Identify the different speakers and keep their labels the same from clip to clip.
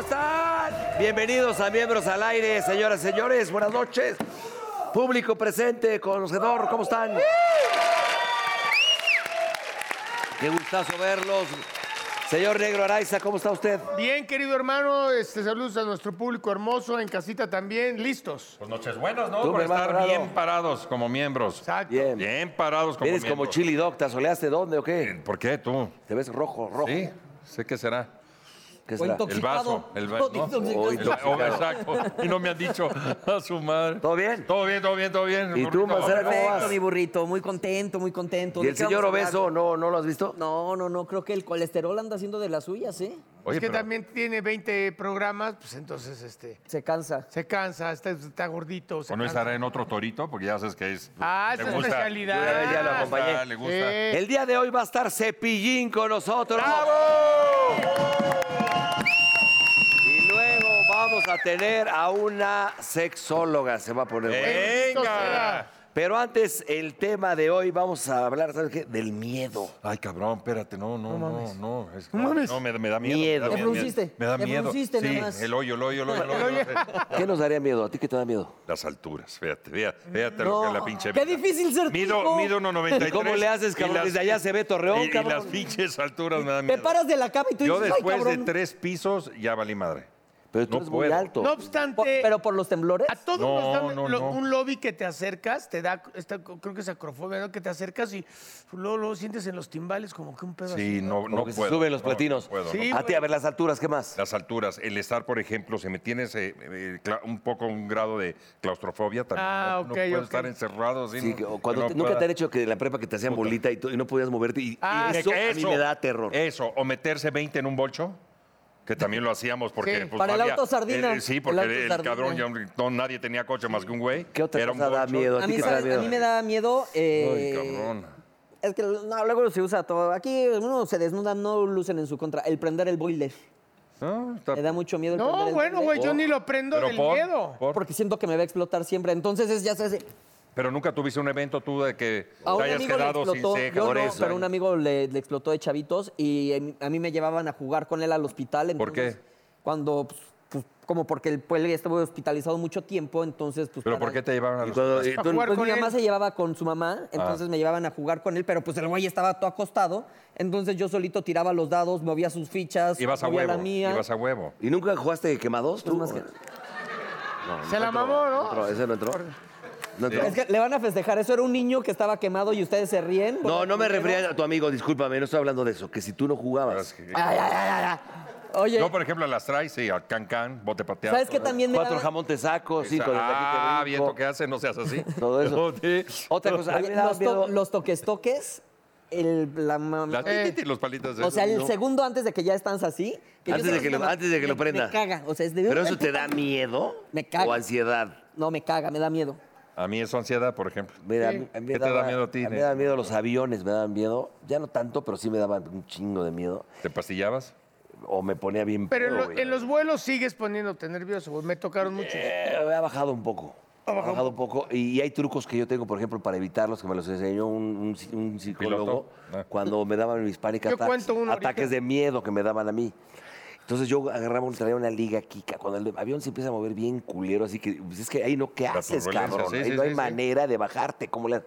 Speaker 1: están? Bienvenidos a Miembros al Aire, señoras y señores. Buenas noches. Público presente, conocedor, ¿cómo están? Qué gustazo verlos. Señor Negro Araiza, ¿cómo está usted?
Speaker 2: Bien, querido hermano, este, saludos a nuestro público hermoso, en casita también, listos.
Speaker 3: Pues noches buenas, ¿no?
Speaker 1: Tú, mi
Speaker 3: Por
Speaker 1: hermano
Speaker 3: estar
Speaker 1: Rado.
Speaker 3: bien parados como miembros.
Speaker 2: Exacto.
Speaker 1: Bien.
Speaker 3: Bien parados como
Speaker 1: Vienes como
Speaker 3: miembros.
Speaker 1: chili doc, ¿te asoleaste dónde o qué?
Speaker 3: ¿Por qué tú?
Speaker 1: Te ves rojo, rojo.
Speaker 3: Sí, sé que será.
Speaker 1: ¿Qué
Speaker 4: O
Speaker 1: será?
Speaker 3: El
Speaker 4: intoxicado.
Speaker 3: vaso. El vaso.
Speaker 1: O
Speaker 3: exacto. Y no me han dicho a su madre.
Speaker 1: ¿Todo bien?
Speaker 3: Todo bien, todo bien, todo bien.
Speaker 1: ¿Y tú,
Speaker 3: Rorrito?
Speaker 1: Mancera? ¿Cómo
Speaker 4: Perfecto,
Speaker 1: vas?
Speaker 4: mi burrito. Muy contento, muy contento.
Speaker 1: ¿Y
Speaker 4: ¿De
Speaker 1: el
Speaker 4: qué vamos
Speaker 1: señor
Speaker 4: a hablar?
Speaker 1: obeso no, no lo has visto?
Speaker 4: No, no, no. Creo que el colesterol anda haciendo de las suyas, ¿eh?
Speaker 3: Oye,
Speaker 2: es que
Speaker 3: pero
Speaker 2: también tiene 20 programas, pues entonces este,
Speaker 4: Se cansa.
Speaker 2: se cansa, está, está gordito. Se
Speaker 3: ¿O no
Speaker 2: cansa.
Speaker 3: estará en otro torito? Porque ya sabes que es.
Speaker 2: Ah,
Speaker 3: le
Speaker 2: esa es
Speaker 3: gusta.
Speaker 2: especialidad.
Speaker 1: Yo ya- ya lo
Speaker 3: Le gusta,
Speaker 1: acompañé.
Speaker 3: Le gusta.
Speaker 2: Sí.
Speaker 1: El día de hoy va a estar Cepillín con nosotros. Y luego vamos a tener a una sexóloga, se va a poner. bueno.
Speaker 3: Eh. ¡Venga!
Speaker 1: Pero antes, el tema de hoy, vamos a hablar, ¿sabes qué? Del miedo.
Speaker 3: Ay, cabrón, espérate, no, no, no, no, no, es- no, me, me da miedo.
Speaker 1: Miedo.
Speaker 3: me da
Speaker 1: Te
Speaker 4: frunciste,
Speaker 3: Me da
Speaker 4: te
Speaker 3: miedo.
Speaker 4: frunciste
Speaker 3: sí,
Speaker 4: nada más.
Speaker 3: el hoyo, el hoyo, el hoyo, el hoyo.
Speaker 1: ¿Qué nos daría miedo? ¿A ti qué te da miedo?
Speaker 3: Las alturas, fíjate, fíjate, fíjate lo
Speaker 4: No,
Speaker 3: que es la pinche
Speaker 4: qué
Speaker 3: vida.
Speaker 4: difícil ser
Speaker 3: Mido,
Speaker 4: tico.
Speaker 3: mido 1.93.
Speaker 1: ¿Y cómo le haces,
Speaker 3: y
Speaker 1: cabrón?
Speaker 3: las-
Speaker 1: Desde allá se ve Torreón,
Speaker 3: y- y,
Speaker 1: cabrón.
Speaker 3: las pinches alturas me dan miedo.
Speaker 4: Te paras de la cama y tú
Speaker 3: Yo
Speaker 4: dices, ay,
Speaker 3: después de
Speaker 4: cabrón.
Speaker 3: tres pisos ya valí madre.
Speaker 1: Pero tú
Speaker 3: No
Speaker 1: eres muy
Speaker 3: puedo.
Speaker 1: alto.
Speaker 2: No
Speaker 4: Por-
Speaker 2: obstante,
Speaker 4: pero por los temblores.
Speaker 2: a todos
Speaker 3: No,
Speaker 2: nos dan
Speaker 3: no,
Speaker 2: lo-
Speaker 3: no.
Speaker 2: un lobby que te acercas, te da, esta- creo que es acrofobia, ¿no? Que te acercas y luego, luego sientes en los timbales como que un pedo así.
Speaker 3: Sí, no,
Speaker 1: Como
Speaker 3: pues, no
Speaker 1: que
Speaker 3: puedo.
Speaker 1: se suben los
Speaker 3: no,
Speaker 1: platinos.
Speaker 3: no puedo, no
Speaker 2: Sí,
Speaker 1: a ti, a ver, las alturas, ¿qué más?
Speaker 3: Las alturas, el estar, por ejemplo, si me tienes eh, eh, cla- un poco un grado de claustrofobia también.
Speaker 2: Ah,
Speaker 3: no, no
Speaker 2: ok,
Speaker 3: puedo
Speaker 2: ok.
Speaker 3: estar encerrado. Así,
Speaker 1: Sí,
Speaker 3: no-
Speaker 1: que- o cuando
Speaker 3: no
Speaker 1: te- nunca
Speaker 3: pueda.
Speaker 1: te han hecho que en la prepa que te hacían bolita y, tú- y no podías moverte. Y, y
Speaker 2: Ah,
Speaker 1: eso, a mí me da terror.
Speaker 3: Eso, o meterse 20 en un bolcho, que también lo hacíamos porque...
Speaker 2: Sí.
Speaker 3: pues, no
Speaker 4: Para el
Speaker 3: había-
Speaker 4: auto sardina.
Speaker 3: Eh, eh, sí,
Speaker 4: El
Speaker 3: porque
Speaker 4: auto
Speaker 3: el,
Speaker 4: sardina.
Speaker 3: cabrón ya no, nadie tenía coche más que un güey.
Speaker 1: ¿Qué otra
Speaker 3: Era un
Speaker 1: cosa da
Speaker 3: bolcho.
Speaker 1: miedo? ¿A
Speaker 4: A
Speaker 1: ti
Speaker 4: mí,
Speaker 1: qué te da
Speaker 4: ¿sabes? A
Speaker 1: miedo?
Speaker 4: mí me da miedo. eh,
Speaker 3: cabrón.
Speaker 4: Es que no, luego se usa todo. Aquí uno se desnuda, no lucen en su contra. El prender el boiler.
Speaker 3: No, está-
Speaker 4: Me da mucho miedo. el prender
Speaker 2: No,
Speaker 4: el
Speaker 2: bueno,
Speaker 4: boiler.
Speaker 2: güey, yo ni lo prendo
Speaker 3: Pero
Speaker 2: del
Speaker 3: por-
Speaker 2: miedo.
Speaker 3: por-
Speaker 4: Porque siento que me va a explotar siempre. Entonces es, ya se hace.
Speaker 3: Pero nunca tuviste un evento tú de que
Speaker 4: A
Speaker 3: te
Speaker 4: un
Speaker 3: hayas
Speaker 4: amigo le
Speaker 3: quedado sin
Speaker 4: explotó,
Speaker 3: ceja.
Speaker 4: yo
Speaker 3: por
Speaker 4: no,
Speaker 3: eso.
Speaker 4: pero un amigo le, le explotó de chavitos y em- a mí me llevaban a jugar con él al hospital.
Speaker 3: ¿Por
Speaker 4: entonces,
Speaker 3: qué?
Speaker 4: Cuando, pues, pues, como porque el pues, él estuvo hospitalizado mucho tiempo, entonces, pues.
Speaker 3: ¿Pero
Speaker 4: para-
Speaker 3: por qué te Ah. llevaron a
Speaker 1: Y
Speaker 3: los...
Speaker 1: cuando- y
Speaker 2: Para
Speaker 1: tú-
Speaker 2: jugar
Speaker 4: Pues
Speaker 2: con
Speaker 4: mi mamá
Speaker 2: él.
Speaker 4: se llevaba con su mamá, entonces me llevaban a jugar con él, pero pues el güey estaba todo acostado, entonces yo solito tiraba los dados, movía sus fichas,
Speaker 3: Ibas a
Speaker 4: movía
Speaker 3: huevo,
Speaker 4: la mía.
Speaker 3: ibas a huevo.
Speaker 1: ¿Y nunca jugaste quemados?
Speaker 4: Pues
Speaker 1: tú?
Speaker 4: más que-
Speaker 2: Se la mamó, ¿no?
Speaker 1: Entró, ¿Ese no entró? No, entró.
Speaker 4: Es que le van a festejar, eso era un niño que estaba quemado y ustedes se ríen.
Speaker 1: no, no me refería a tu amigo, discúlpame, no estoy hablando de eso, que si tú no jugabas.
Speaker 4: Ay, ay, ay, ay, ay. Oye,
Speaker 3: Yo, por ejemplo, a las traes, sí, al cancán, bote pateado.
Speaker 4: ¿sabes qué también me
Speaker 1: Cuatro
Speaker 4: daba?
Speaker 1: jamón te saco, cinco de
Speaker 3: Ah,
Speaker 1: taquito
Speaker 3: viento
Speaker 1: brinco.
Speaker 3: que hace, no seas así.
Speaker 1: Todo eso.
Speaker 4: Eh.
Speaker 3: Sí.
Speaker 1: Otra cosa, a mí
Speaker 4: Oye,
Speaker 1: me daba
Speaker 4: los, to-
Speaker 1: miedo-
Speaker 4: los toques toques, el, la mam-
Speaker 3: Las titi, los palitos.
Speaker 4: o sea, el
Speaker 3: ¿no?
Speaker 4: segundo antes de que ya estás así. yo
Speaker 1: Antes de que lo-
Speaker 4: mamá,
Speaker 1: antes de que lo
Speaker 4: me-
Speaker 1: prenda.
Speaker 4: Me caga, o sea, es de...
Speaker 1: ¿Pero eso te da miedo?
Speaker 4: Me caga.
Speaker 1: ¿O ansiedad?
Speaker 4: No, me caga, me da miedo.
Speaker 3: A mí es ansiedad, por ejemplo.
Speaker 1: Mira, a mí- a mí me
Speaker 3: ¿Qué te da
Speaker 1: daba-
Speaker 3: miedo a ti,
Speaker 1: Me
Speaker 3: Nene?
Speaker 1: daban miedo los aviones, me daban miedo. Ya no tanto, pero sí me daban un chingo de miedo.
Speaker 3: ¿Te pastillabas?
Speaker 1: O me ponía bien
Speaker 2: Pero en,
Speaker 1: pedo,
Speaker 2: lo-
Speaker 1: güey.
Speaker 2: en los vuelos sigues poniéndote nervioso, güey. Me tocaron mucho.
Speaker 1: Eh, ha bajado un poco. Ha bajado, un poco. Y, y hay trucos que yo tengo, por ejemplo, para evitarlos, que me los enseñó un, un psi- un psicólogo
Speaker 3: Ah.
Speaker 1: cuando me daban mis pánicas,
Speaker 2: Yo cuento uno ahorita.
Speaker 1: ataques de miedo que me daban a mí. Entonces yo agarraba, un- traía una liga aquí, ca- cuando el avión se empieza a mover bien culero, así que pues, es que ahí no, ¿qué
Speaker 3: La
Speaker 1: haces,
Speaker 3: turbulencia,
Speaker 1: cabrón?
Speaker 3: sí,
Speaker 1: ahí
Speaker 3: sí,
Speaker 1: no hay
Speaker 3: sí, sí.
Speaker 1: manera de bajarte, como la...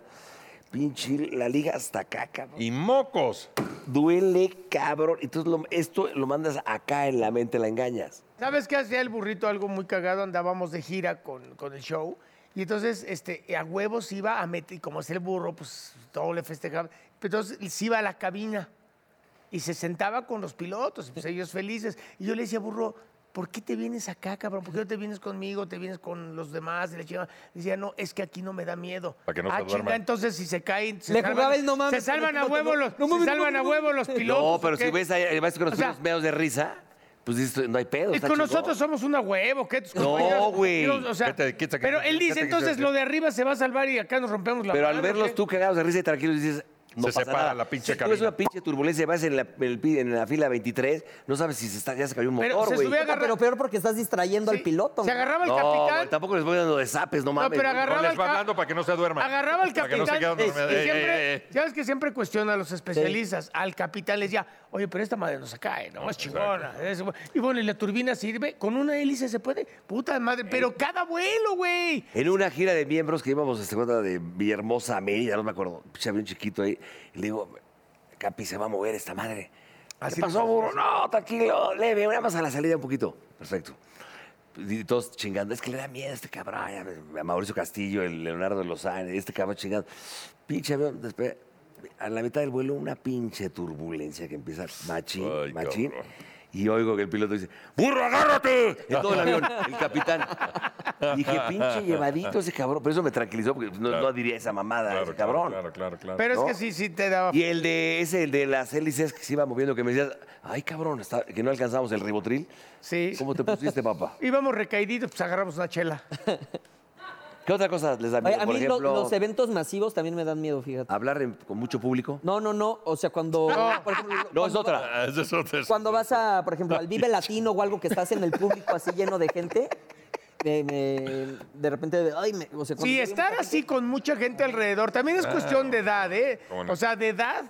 Speaker 1: Pinche, la liga hasta acá, cabrón.
Speaker 3: ¡Y mocos!
Speaker 1: Duele, cabrón. Entonces lo- esto lo mandas acá en la mente, la engañas.
Speaker 2: ¿Sabes qué hacía el burrito? Algo muy cagado. Andábamos de gira con, con el show. Y entonces, este, a huevos iba a meter, y como es el burro, pues todo le festejaba. Pero Entonces se iba a la cabina y se sentaba con los pilotos, y, pues ellos felices. Y yo le decía, burro, ¿por qué te vienes acá, cabrón? ¿Por qué no te vienes conmigo? ¿Te vienes con los demás? Y la chingada. Decía, no, es que aquí no me da miedo.
Speaker 3: Para que no
Speaker 2: ah,
Speaker 3: se duerman.
Speaker 2: chinga, entonces si se caen, se
Speaker 4: Le
Speaker 2: salvan,
Speaker 4: jugaba el no mames,
Speaker 2: se salvan a
Speaker 4: no, no,
Speaker 2: huevo
Speaker 4: no,
Speaker 2: los,
Speaker 4: no
Speaker 2: se
Speaker 4: mames, no
Speaker 2: salvan
Speaker 4: mames,
Speaker 2: a
Speaker 4: no
Speaker 2: huevo
Speaker 4: mames.
Speaker 2: los
Speaker 4: No,
Speaker 2: pilotos.
Speaker 1: no, pero
Speaker 2: pues, ¿o qué?
Speaker 1: si ves, ahí, además que
Speaker 2: O
Speaker 1: nos
Speaker 2: sea,
Speaker 1: hicimos meos de risa, pues dices, no hay pedo.
Speaker 2: Y
Speaker 1: está
Speaker 2: con
Speaker 1: chingón.
Speaker 2: nosotros somos una huevo, ¿qué? Tus
Speaker 1: No,
Speaker 2: compañeros.
Speaker 1: güey.
Speaker 2: Dios, o sea,
Speaker 3: Quítate, quítate,
Speaker 2: pero él
Speaker 3: quítate,
Speaker 2: dice,
Speaker 3: quítate,
Speaker 2: entonces
Speaker 3: quítate.
Speaker 2: lo de arriba se va a salvar y acá nos rompemos la
Speaker 1: Pero al
Speaker 2: madre, ¿o
Speaker 1: verlos
Speaker 2: qué?
Speaker 1: tú cagados de risa y tranquilos, dices, No
Speaker 3: Se
Speaker 1: pasa
Speaker 3: separa
Speaker 1: nada.
Speaker 3: la pinche
Speaker 1: si tú ves
Speaker 3: cabina.
Speaker 1: una pinche turbulencia, vas en la, en el pi- en la fila 23, no sabes si se está, ya se cayó un
Speaker 2: Pero
Speaker 1: motor,
Speaker 2: se
Speaker 1: güey.
Speaker 2: subía a agarra-
Speaker 4: Pero peor porque estás distrayendo al
Speaker 2: Sí,
Speaker 4: piloto.
Speaker 2: Se agarraba el
Speaker 1: No,
Speaker 2: capitán.
Speaker 1: güey, tampoco les voy dando de zapes, no mames.
Speaker 2: pero
Speaker 1: güey.
Speaker 2: agarraba
Speaker 3: No les
Speaker 2: el
Speaker 3: va
Speaker 2: ca-
Speaker 3: hablando para que no se duerman.
Speaker 2: Agarraba al
Speaker 3: Para que
Speaker 2: capitán.
Speaker 3: no se queden dormidos.
Speaker 2: y
Speaker 3: Ey, ey,
Speaker 2: siempre-
Speaker 3: ey, ey.
Speaker 2: Ya ves que siempre cuestiona a los especialistas. Al capitán les decía, oye, pero esta madre no se cae, no, es chingona. Es bu- Y bueno, y la turbina sirve. Con una hélice se puede. Puta madre. Pero cada vuelo, güey.
Speaker 1: En una gira de miembros que íbamos este, cuenta de Villahermosa a Mérida, no me acuerdo, pinche avión chiquito ahí, y le digo, Capi, se va a mover esta madre.
Speaker 2: Así
Speaker 3: ¿Ah,
Speaker 1: ¿Qué pasó,
Speaker 2: lo-
Speaker 1: burro? No, tranquilo, leve, nada más a la salida un poquito. Perfecto. Y todos chingando, es que le da miedo a este cabrón, a Mauricio Castillo, el Leonardo Lozano, este cabrón chingando. Pinche avión, después, a la mitad del vuelo, una pinche turbulencia que empieza machín,
Speaker 3: Ay,
Speaker 1: machín.
Speaker 3: cabrón.
Speaker 1: Y oigo que el piloto dice, ¡Burro, agárrate! En todo el avión, el capitán. Y dije, pinche llevadito ese cabrón. Pero eso me tranquilizó porque pues, no, no diría esa mamada,
Speaker 3: Claro,
Speaker 1: ese
Speaker 3: claro,
Speaker 1: cabrón.
Speaker 3: Claro, claro, claro.
Speaker 2: Pero
Speaker 1: No.
Speaker 2: es que sí, sí te daba.
Speaker 1: Y el de ese, el de las hélices que se iba moviendo, que me decías, ay cabrón, está- que no alcanzamos el ribotril.
Speaker 2: Sí.
Speaker 1: ¿Cómo te pusiste, papá?
Speaker 2: Íbamos recaíditos, pues agarramos una chela.
Speaker 1: ¿Qué otra cosa les da
Speaker 4: Oye,
Speaker 1: miedo?
Speaker 4: a
Speaker 1: Por
Speaker 4: mí lo-
Speaker 1: ejemplo,
Speaker 4: los eventos masivos también me dan miedo, fíjate.
Speaker 1: hablar en- con mucho público.
Speaker 4: No, no, no. O sea, cuando. por ejemplo,
Speaker 1: No, es otra.
Speaker 3: Ah, ese es otro-
Speaker 4: Cuando vas a, por ejemplo, al Vive Latino o algo que estás en el público así lleno de gente, me- me- de repente, ay, me, o sea, cuando
Speaker 2: Sí,
Speaker 4: yo-
Speaker 2: estar así con mucha gente alrededor también es cuestión de edad, ¿eh?
Speaker 3: ¿Cómo no?
Speaker 2: O sea, de edad.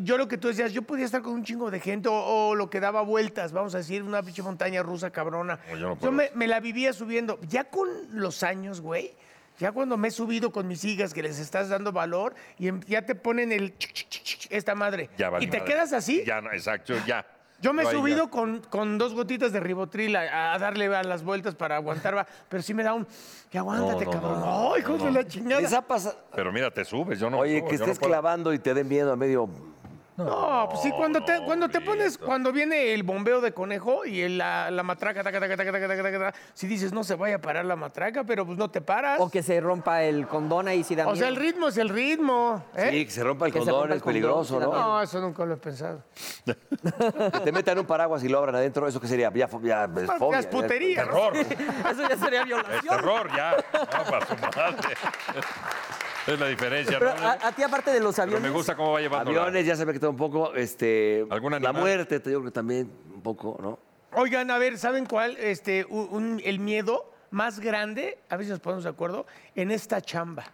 Speaker 2: Yo lo que tú decías, yo podía estar con un chingo de gente o, o lo que daba vueltas, vamos a decir, una pinche montaña rusa cabrona.
Speaker 3: No, yo no puedo.
Speaker 2: me, me la vivía subiendo. Ya con los años, güey, ya cuando me he subido con mis hijas que les estás dando valor y em- ya te ponen el chic, chic, chic, chic, esta madre.
Speaker 3: Ya vale
Speaker 2: y te
Speaker 3: madre.
Speaker 2: quedas así.
Speaker 3: Ya, no, exacto, ya.
Speaker 2: Yo me he
Speaker 3: ahí ya.
Speaker 2: subido con, con dos gotitas de ribotril a, a darle a las vueltas para aguantar, va, pero sí me da un. Que aguántate, cabrón. No, hijo de la chingada.
Speaker 1: ¿Les ha pasado?
Speaker 3: Pero mira, te subes, yo no. me
Speaker 1: Oye,
Speaker 3: subo,
Speaker 1: que
Speaker 3: yo no
Speaker 1: estés
Speaker 3: puedo.
Speaker 1: clavando y te den miedo a medio.
Speaker 2: No, pues sí, cuando te,
Speaker 3: no,
Speaker 2: cuando te pones,
Speaker 3: Brito.
Speaker 2: cuando viene el bombeo de conejo y el- la, la matraca, taca, taca, taca, taca, taca, taca, taca, si dices no se vaya a parar la matraca, pero pues no te paras.
Speaker 4: O que se rompa el condón ahí si da
Speaker 2: O sea, el
Speaker 4: miedo.
Speaker 2: ritmo es el ritmo. ¿eh?
Speaker 1: Sí, que se rompa el
Speaker 4: Que se
Speaker 1: condón,
Speaker 4: rompa el
Speaker 1: es peligroso,
Speaker 4: condón,
Speaker 1: ¿no?
Speaker 2: No, eso nunca lo he pensado.
Speaker 1: Que te metan un paraguas y lo abran adentro, ¿eso qué sería? Ya, fo- ya, es
Speaker 2: Las
Speaker 1: fobia, ya es-
Speaker 2: puterías.
Speaker 3: Terror,
Speaker 4: Eso ya sería
Speaker 3: es
Speaker 4: violación.
Speaker 3: terror, ya. No, para su madre. Es la diferencia,
Speaker 4: Pero
Speaker 3: ¿no?
Speaker 4: a, a ti, aparte de los
Speaker 3: Pero
Speaker 4: aviones.
Speaker 3: me gusta cómo va llevando. la-
Speaker 1: Aviones, ya se me quitó un poco. Este,
Speaker 3: ¿Algún
Speaker 1: la
Speaker 3: animal?
Speaker 1: muerte, te digo que también un poco, ¿no?
Speaker 2: Oigan, a ver, ¿saben cuál? Este, un- un- el miedo más grande, a ver si nos ponemos de acuerdo, en esta chamba.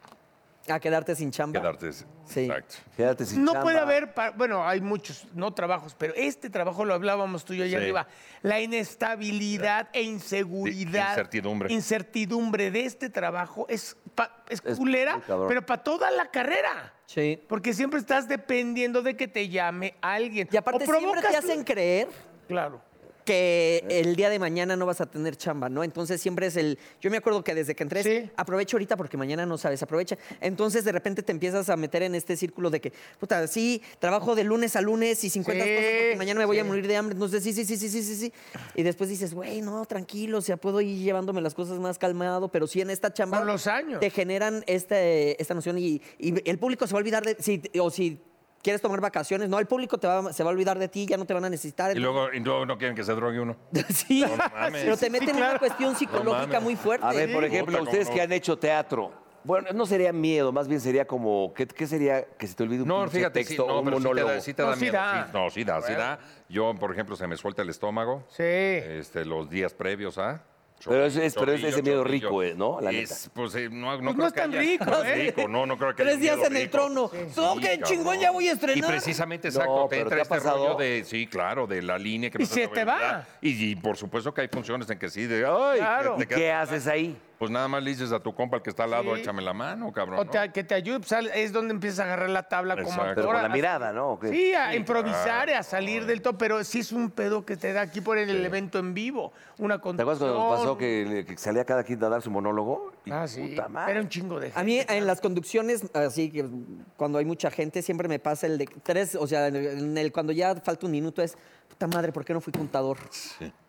Speaker 4: A quedarte sin chamba.
Speaker 3: Quedarte.
Speaker 4: Sí.
Speaker 3: Exacto.
Speaker 1: Quédate sin
Speaker 2: No
Speaker 1: chamba.
Speaker 2: puede haber, pa- bueno, hay muchos, no trabajos, pero este trabajo lo hablábamos tú y yo allá
Speaker 3: Sí.
Speaker 2: arriba. La inestabilidad e inseguridad.
Speaker 3: Sí, incertidumbre.
Speaker 2: Incertidumbre de este trabajo es, pa- es
Speaker 1: Es
Speaker 2: culera,
Speaker 1: muy cabrón.
Speaker 2: pero para toda la carrera.
Speaker 4: Sí.
Speaker 2: Porque siempre estás dependiendo de que te llame alguien.
Speaker 4: Y aparte
Speaker 2: O
Speaker 4: siempre
Speaker 2: provocas
Speaker 4: te
Speaker 2: tú-
Speaker 4: hacen creer
Speaker 2: Claro.
Speaker 4: que el día de mañana no vas a tener chamba, ¿no? Entonces siempre es el. Yo me acuerdo que desde que entré, es,
Speaker 2: Sí.
Speaker 4: aprovecha ahorita porque mañana no sabes, aprovecha. Entonces de repente te empiezas a meter en este círculo de que, puta, sí, trabajo de lunes a lunes y 50
Speaker 2: Sí,
Speaker 4: cosas porque mañana me voy a
Speaker 2: sí.
Speaker 4: morir de hambre. Entonces sí, sí, sí, sí, sí, sí, sí. Y después dices, güey, no, tranquilo, o sea, puedo ir llevándome las cosas más calmado, pero sí en esta chamba.
Speaker 2: Con los años.
Speaker 4: Te generan este, esta noción y, y el público se va a olvidar de. Si, o si quieres tomar vacaciones, no, el público te va, se va a olvidar de ti, ya no te van a necesitar.
Speaker 3: Y luego, y luego no quieren que se drogue uno.
Speaker 4: Sí,
Speaker 3: mames.
Speaker 4: pero te meten en
Speaker 2: claro.
Speaker 4: una cuestión psicológica
Speaker 3: mames.
Speaker 4: muy fuerte.
Speaker 1: A
Speaker 2: ¿eh?
Speaker 1: ver, por
Speaker 3: Sí.
Speaker 1: ejemplo,
Speaker 3: Puta, cómo
Speaker 1: ustedes
Speaker 3: no.
Speaker 1: que han hecho teatro. Bueno, no sería miedo, más bien sería como. ¿Qué, qué sería que se te olvide un
Speaker 3: No,
Speaker 1: pinche
Speaker 3: fíjate, sí,
Speaker 1: texto o
Speaker 3: no,
Speaker 1: un
Speaker 3: pero sí te da-
Speaker 1: monólogo?
Speaker 3: sí te
Speaker 2: No,
Speaker 3: da
Speaker 2: sí
Speaker 3: miedo,
Speaker 2: da.
Speaker 3: sí, no, sí da, sí da. Yo, por ejemplo, se me suelta el estómago.
Speaker 2: Sí.
Speaker 3: Este, los días previos a.
Speaker 1: Pero es- es- pero es
Speaker 3: Chorrillo,
Speaker 1: ese miedo
Speaker 3: chorrillo.
Speaker 1: rico, eh, ¿no? La
Speaker 3: Es, pues eh, no, no,
Speaker 2: Pues no
Speaker 3: creo
Speaker 2: es
Speaker 3: que
Speaker 2: tan
Speaker 3: haya-
Speaker 2: rico,
Speaker 3: no es
Speaker 2: ¿eh?
Speaker 3: rico, no, no creo que haya
Speaker 4: Tres días
Speaker 3: miedo
Speaker 4: en el
Speaker 3: rico.
Speaker 4: trono. No, qué
Speaker 3: cabrón.
Speaker 4: chingón, ya voy a estrenar.
Speaker 3: Y precisamente, exacto,
Speaker 1: No,
Speaker 3: te
Speaker 1: pero
Speaker 3: entra
Speaker 1: ¿te ha
Speaker 3: este
Speaker 1: pasado?
Speaker 3: rollo de, sí, claro, de la línea que
Speaker 2: Y
Speaker 3: no
Speaker 2: se te va.
Speaker 3: olvidar. Y, y por supuesto que hay funciones en que sí, de, ay,
Speaker 2: Claro.
Speaker 3: te
Speaker 1: ¿Y
Speaker 3: quedas-
Speaker 1: qué haces ahí?
Speaker 3: Pues nada más le dices a tu compa, el que está al lado,
Speaker 2: Sí.
Speaker 3: échame la mano, cabrón.
Speaker 2: O
Speaker 3: ¿no?
Speaker 2: te- que te ayude, pues, al- es donde empiezas a agarrar la tabla como
Speaker 3: Exacto.
Speaker 1: Pero con
Speaker 2: actor,
Speaker 1: la
Speaker 2: a-
Speaker 1: mirada, ¿no? ¿O qué?
Speaker 2: Sí, a improvisar, a salir del top, pero sí es un pedo que te da aquí por el evento en vivo. Una
Speaker 1: ¿Te acuerdas
Speaker 2: conducción.
Speaker 1: cuando nos pasó que, que salía cada quien a dar su monólogo? Y
Speaker 2: Ah, sí.
Speaker 1: puta madre.
Speaker 2: Era un chingo de
Speaker 4: A mí en las conducciones, así que cuando hay mucha gente, siempre me pasa el de tres, o sea, en el cuando ya falta un minuto es, puta madre, ¿por qué no fui contador?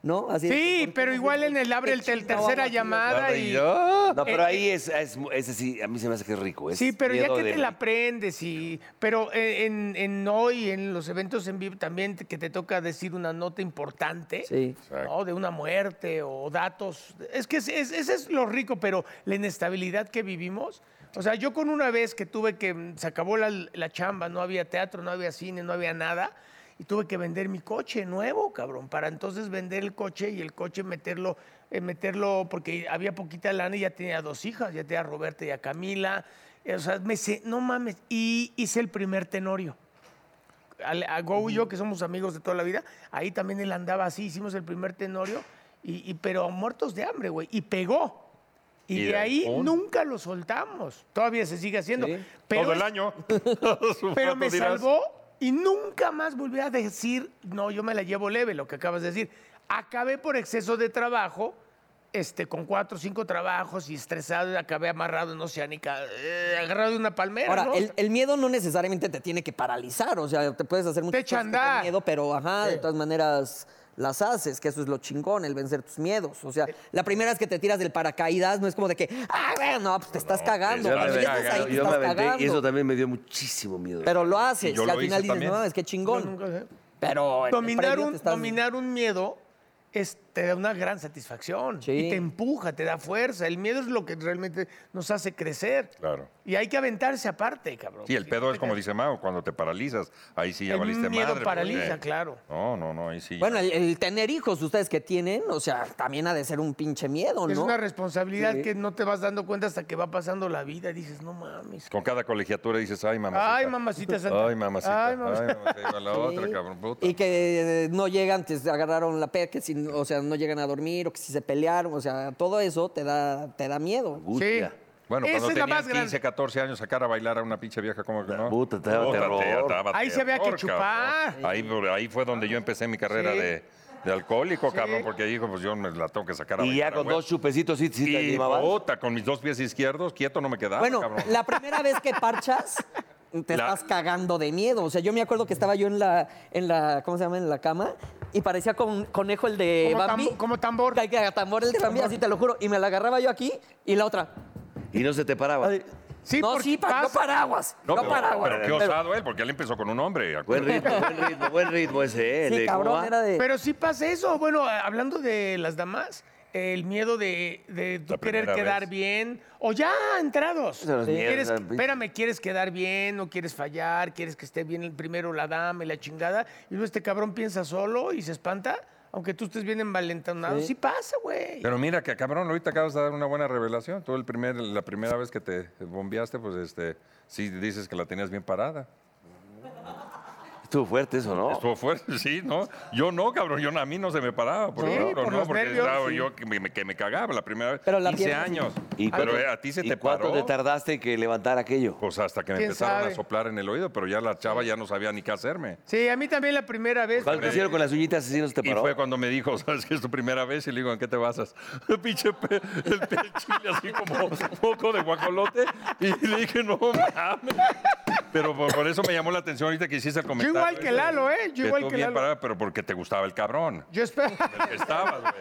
Speaker 4: ¿No? Así
Speaker 2: Sí, pero igual en el abre el, tel- tercera llamada y.
Speaker 3: "Ah,
Speaker 1: No, pero
Speaker 2: Eh,
Speaker 1: ahí es, es, ese sí, a mí se me hace que es rico. es
Speaker 2: Sí, pero ya
Speaker 1: pues, miedo
Speaker 2: que
Speaker 1: de-
Speaker 2: te la aprendes y. Pero en, en- en hoy, en los eventos en vivo, también te- que te toca decir una nota importante.
Speaker 4: Sí.
Speaker 2: ¿no? De una muerte o datos. Es que es- es- ese es lo rico, pero la inestabilidad que vivimos. O sea, yo con una vez que tuve que, mm, se acabó la, la chamba, no había teatro, no había cine, no había nada, y tuve que vender mi coche nuevo, cabrón, para entonces vender el coche y el coche meterlo, eh, meterlo, porque había poquita lana y ya tenía dos hijas, ya tenía a Roberta y a Camila, Eh, o sea, me sé, no mames, y hice el primer tenorio al- a Go y yo, que somos amigos de toda la vida, ahí también él andaba así, hicimos el primer tenorio, y, y- pero muertos de hambre, güey, y pegó. Y,
Speaker 3: Y
Speaker 2: de
Speaker 3: de-
Speaker 2: ahí
Speaker 3: ¡pum!
Speaker 2: nunca lo soltamos, todavía se sigue haciendo.
Speaker 4: Sí.
Speaker 2: Pero
Speaker 3: Todo el
Speaker 2: es-
Speaker 3: año.
Speaker 2: pero me
Speaker 3: Tú dirás,
Speaker 2: salvó y nunca más volví a decir, no, yo me la llevo leve, lo que acabas de decir. Acabé por exceso de trabajo, este, con cuatro o cinco trabajos y estresado, y acabé amarrado en Oceánica, eh, agarrado de una palmera.
Speaker 4: Ahora,
Speaker 2: ¿no?
Speaker 4: el, el miedo no necesariamente te tiene que paralizar, o sea, te puedes hacer muchas
Speaker 2: echa a
Speaker 4: cosas que te dan
Speaker 2: andar.
Speaker 4: miedo, pero ajá, de
Speaker 2: Sí.
Speaker 4: todas maneras las haces, que eso es lo chingón, el vencer tus miedos. O sea, la primera vez que te tiras del paracaídas no es como de que, ah, güey, no, pues te estás cagando.
Speaker 3: yo
Speaker 4: cuando
Speaker 3: me
Speaker 4: ya estás
Speaker 3: aventé,
Speaker 4: ahí, te
Speaker 1: yo me
Speaker 4: estás
Speaker 1: aventé y eso
Speaker 4: cagando.
Speaker 1: también me dio muchísimo miedo.
Speaker 4: Pero lo haces,
Speaker 3: Yo
Speaker 4: y
Speaker 3: lo
Speaker 4: al
Speaker 3: hice
Speaker 4: final dices,
Speaker 3: también.
Speaker 4: no mames, qué
Speaker 2: Yo
Speaker 4: chingón.
Speaker 2: nunca sé.
Speaker 4: Pero en el
Speaker 2: dominar
Speaker 4: previo
Speaker 2: un,
Speaker 4: te estás-
Speaker 2: dominar un miedo es- te da una gran satisfacción
Speaker 4: Sí.
Speaker 2: y te empuja, te da fuerza. El miedo es lo que realmente nos hace crecer.
Speaker 3: Claro.
Speaker 2: Y hay que aventarse aparte, cabrón.
Speaker 3: Sí, el pedo es como dice Mao, cuando te paralizas, ahí sí ya
Speaker 2: El
Speaker 3: valiste
Speaker 2: miedo
Speaker 3: madre, pues,
Speaker 2: paraliza,
Speaker 3: porque-
Speaker 2: claro.
Speaker 3: No, no, no, ahí sí. ya.
Speaker 4: Bueno, el, el tener hijos, ustedes que tienen, o sea, también ha de ser un pinche miedo, ¿no?
Speaker 2: Es una responsabilidad
Speaker 4: Sí.
Speaker 2: que no te vas dando cuenta hasta que va pasando la vida. Dices, no mames.
Speaker 3: Con cada colegiatura dices, ay, mamacita.
Speaker 2: Ay, mamacita santa.
Speaker 3: Ay, mamacita.
Speaker 2: Ay,
Speaker 3: Ay,
Speaker 2: mamacita.
Speaker 3: mamacita. Iba la otra,
Speaker 4: Sí.
Speaker 3: cabrón. puta.
Speaker 4: Y que eh, no llegan, te agarraron la pet, que si, o sea, no llegan a dormir, o que si se pelearon, o sea, todo eso te da, te da miedo.
Speaker 1: Angustia.
Speaker 3: Bueno,
Speaker 2: Esa
Speaker 3: cuando
Speaker 2: es la
Speaker 3: tenían
Speaker 2: más
Speaker 3: 15,
Speaker 2: grande.
Speaker 3: 14 años, sacar a bailar a una pinche vieja, como que no?
Speaker 1: puta, te daba
Speaker 3: Puta,
Speaker 1: terror.
Speaker 3: daba
Speaker 2: Ahí se había que
Speaker 3: terror,
Speaker 2: chupar.
Speaker 3: cabrón. Ahí, por- ahí fue donde yo empecé mi carrera
Speaker 2: Sí.
Speaker 3: de, de alcohólico, cabrón, porque dijo, pues yo me la tengo que sacar a
Speaker 1: Y
Speaker 3: bailar
Speaker 1: ya
Speaker 3: a
Speaker 1: con
Speaker 3: huevo.
Speaker 1: dos chupecitos sí, sí te
Speaker 3: Y
Speaker 1: animabas.
Speaker 3: puta, con mis dos pies izquierdos, quieto no me quedaba,
Speaker 4: Bueno,
Speaker 3: Ah, cabrón.
Speaker 4: la primera vez que parchas, te
Speaker 3: La-
Speaker 4: estás cagando de miedo. O sea, yo me acuerdo que estaba yo en la, en la ¿cómo se llama? En la cama y parecía con, conejo el de
Speaker 2: Como
Speaker 4: Bambi.
Speaker 2: tambo- como tambor.
Speaker 4: Que- que tambor el de Bambi, así te lo juro. Y me la agarraba yo aquí y la otra.
Speaker 1: Y no se te paraba.
Speaker 4: Ay,
Speaker 2: Sí,
Speaker 4: no,
Speaker 2: porque
Speaker 4: sí, pa- no
Speaker 2: pasa.
Speaker 4: paraguas. No,
Speaker 3: No, pero,
Speaker 4: paraguas.
Speaker 3: pero qué osado él, porque él empezó con un hombre.
Speaker 1: Buen
Speaker 3: acuérdate.
Speaker 1: ritmo, buen ritmo, buen ritmo ese, ¿eh?
Speaker 4: sí,
Speaker 1: de
Speaker 4: cabrón,
Speaker 1: Cuba.
Speaker 4: era de...
Speaker 2: Pero sí pasa eso. Bueno, a- hablando de las damas, el miedo de, de tú
Speaker 3: La
Speaker 2: querer
Speaker 3: primera
Speaker 2: quedar
Speaker 3: vez.
Speaker 2: bien o ya entrados.
Speaker 1: Eso no es miedo,
Speaker 2: Quieres-
Speaker 1: esa pinche-
Speaker 2: espérame, quieres quedar bien, no quieres fallar, quieres que esté bien el primero la dama y la chingada. Y luego este cabrón piensa solo y se espanta, aunque tú estés bien envalentonado. Sí, pasa, güey.
Speaker 3: Pero mira que cabrón, ahorita acabas de dar una buena revelación. Tú el primer, la primera vez que te bombeaste, pues este, sí dices que la tenías bien parada.
Speaker 1: Estuvo fuerte eso, ¿no?
Speaker 3: Estuvo fuerte, sí, ¿no? Yo no, cabrón, yo no- a mí no se me paraba, por
Speaker 2: Sí,
Speaker 3: ejemplo,
Speaker 2: por
Speaker 3: no,
Speaker 2: los
Speaker 3: porque
Speaker 2: nervios,
Speaker 3: estaba
Speaker 2: sí.
Speaker 3: yo que me, que me cagaba la primera vez.
Speaker 4: Pero la
Speaker 3: 15
Speaker 4: pierna-
Speaker 3: años.
Speaker 1: ¿Y
Speaker 3: pero
Speaker 1: cuánto-
Speaker 3: eh, a ti se
Speaker 1: y
Speaker 3: te
Speaker 1: cuánto
Speaker 3: paró.
Speaker 1: te tardaste en que levantar aquello?
Speaker 3: Pues hasta que me
Speaker 2: ¿Quién
Speaker 3: empezaron
Speaker 2: sabe?
Speaker 3: a soplar en el oído, pero ya la chava ya no sabía ni qué hacerme.
Speaker 2: Sí, a mí también la primera vez.
Speaker 1: ¿Cuál te hicieron con las uñitas así no se te
Speaker 3: Y
Speaker 1: paró?
Speaker 3: fue cuando me dijo, ¿sabes que es tu primera vez? Y le digo, ¿en qué te basas? Pinche pe- el pe- el chile así como poco de guajolote. Y le dije, no mames. Pero por, por eso me llamó la atención ahorita que hiciste el comentario.
Speaker 2: igual que
Speaker 3: ese,
Speaker 2: Lalo, ¿eh? Yo
Speaker 3: que
Speaker 2: igual
Speaker 3: tú
Speaker 2: que
Speaker 3: bien
Speaker 2: Lalo.
Speaker 3: parada, pero porque te gustaba el cabrón.
Speaker 2: Yo espero.
Speaker 3: El que estabas, güey.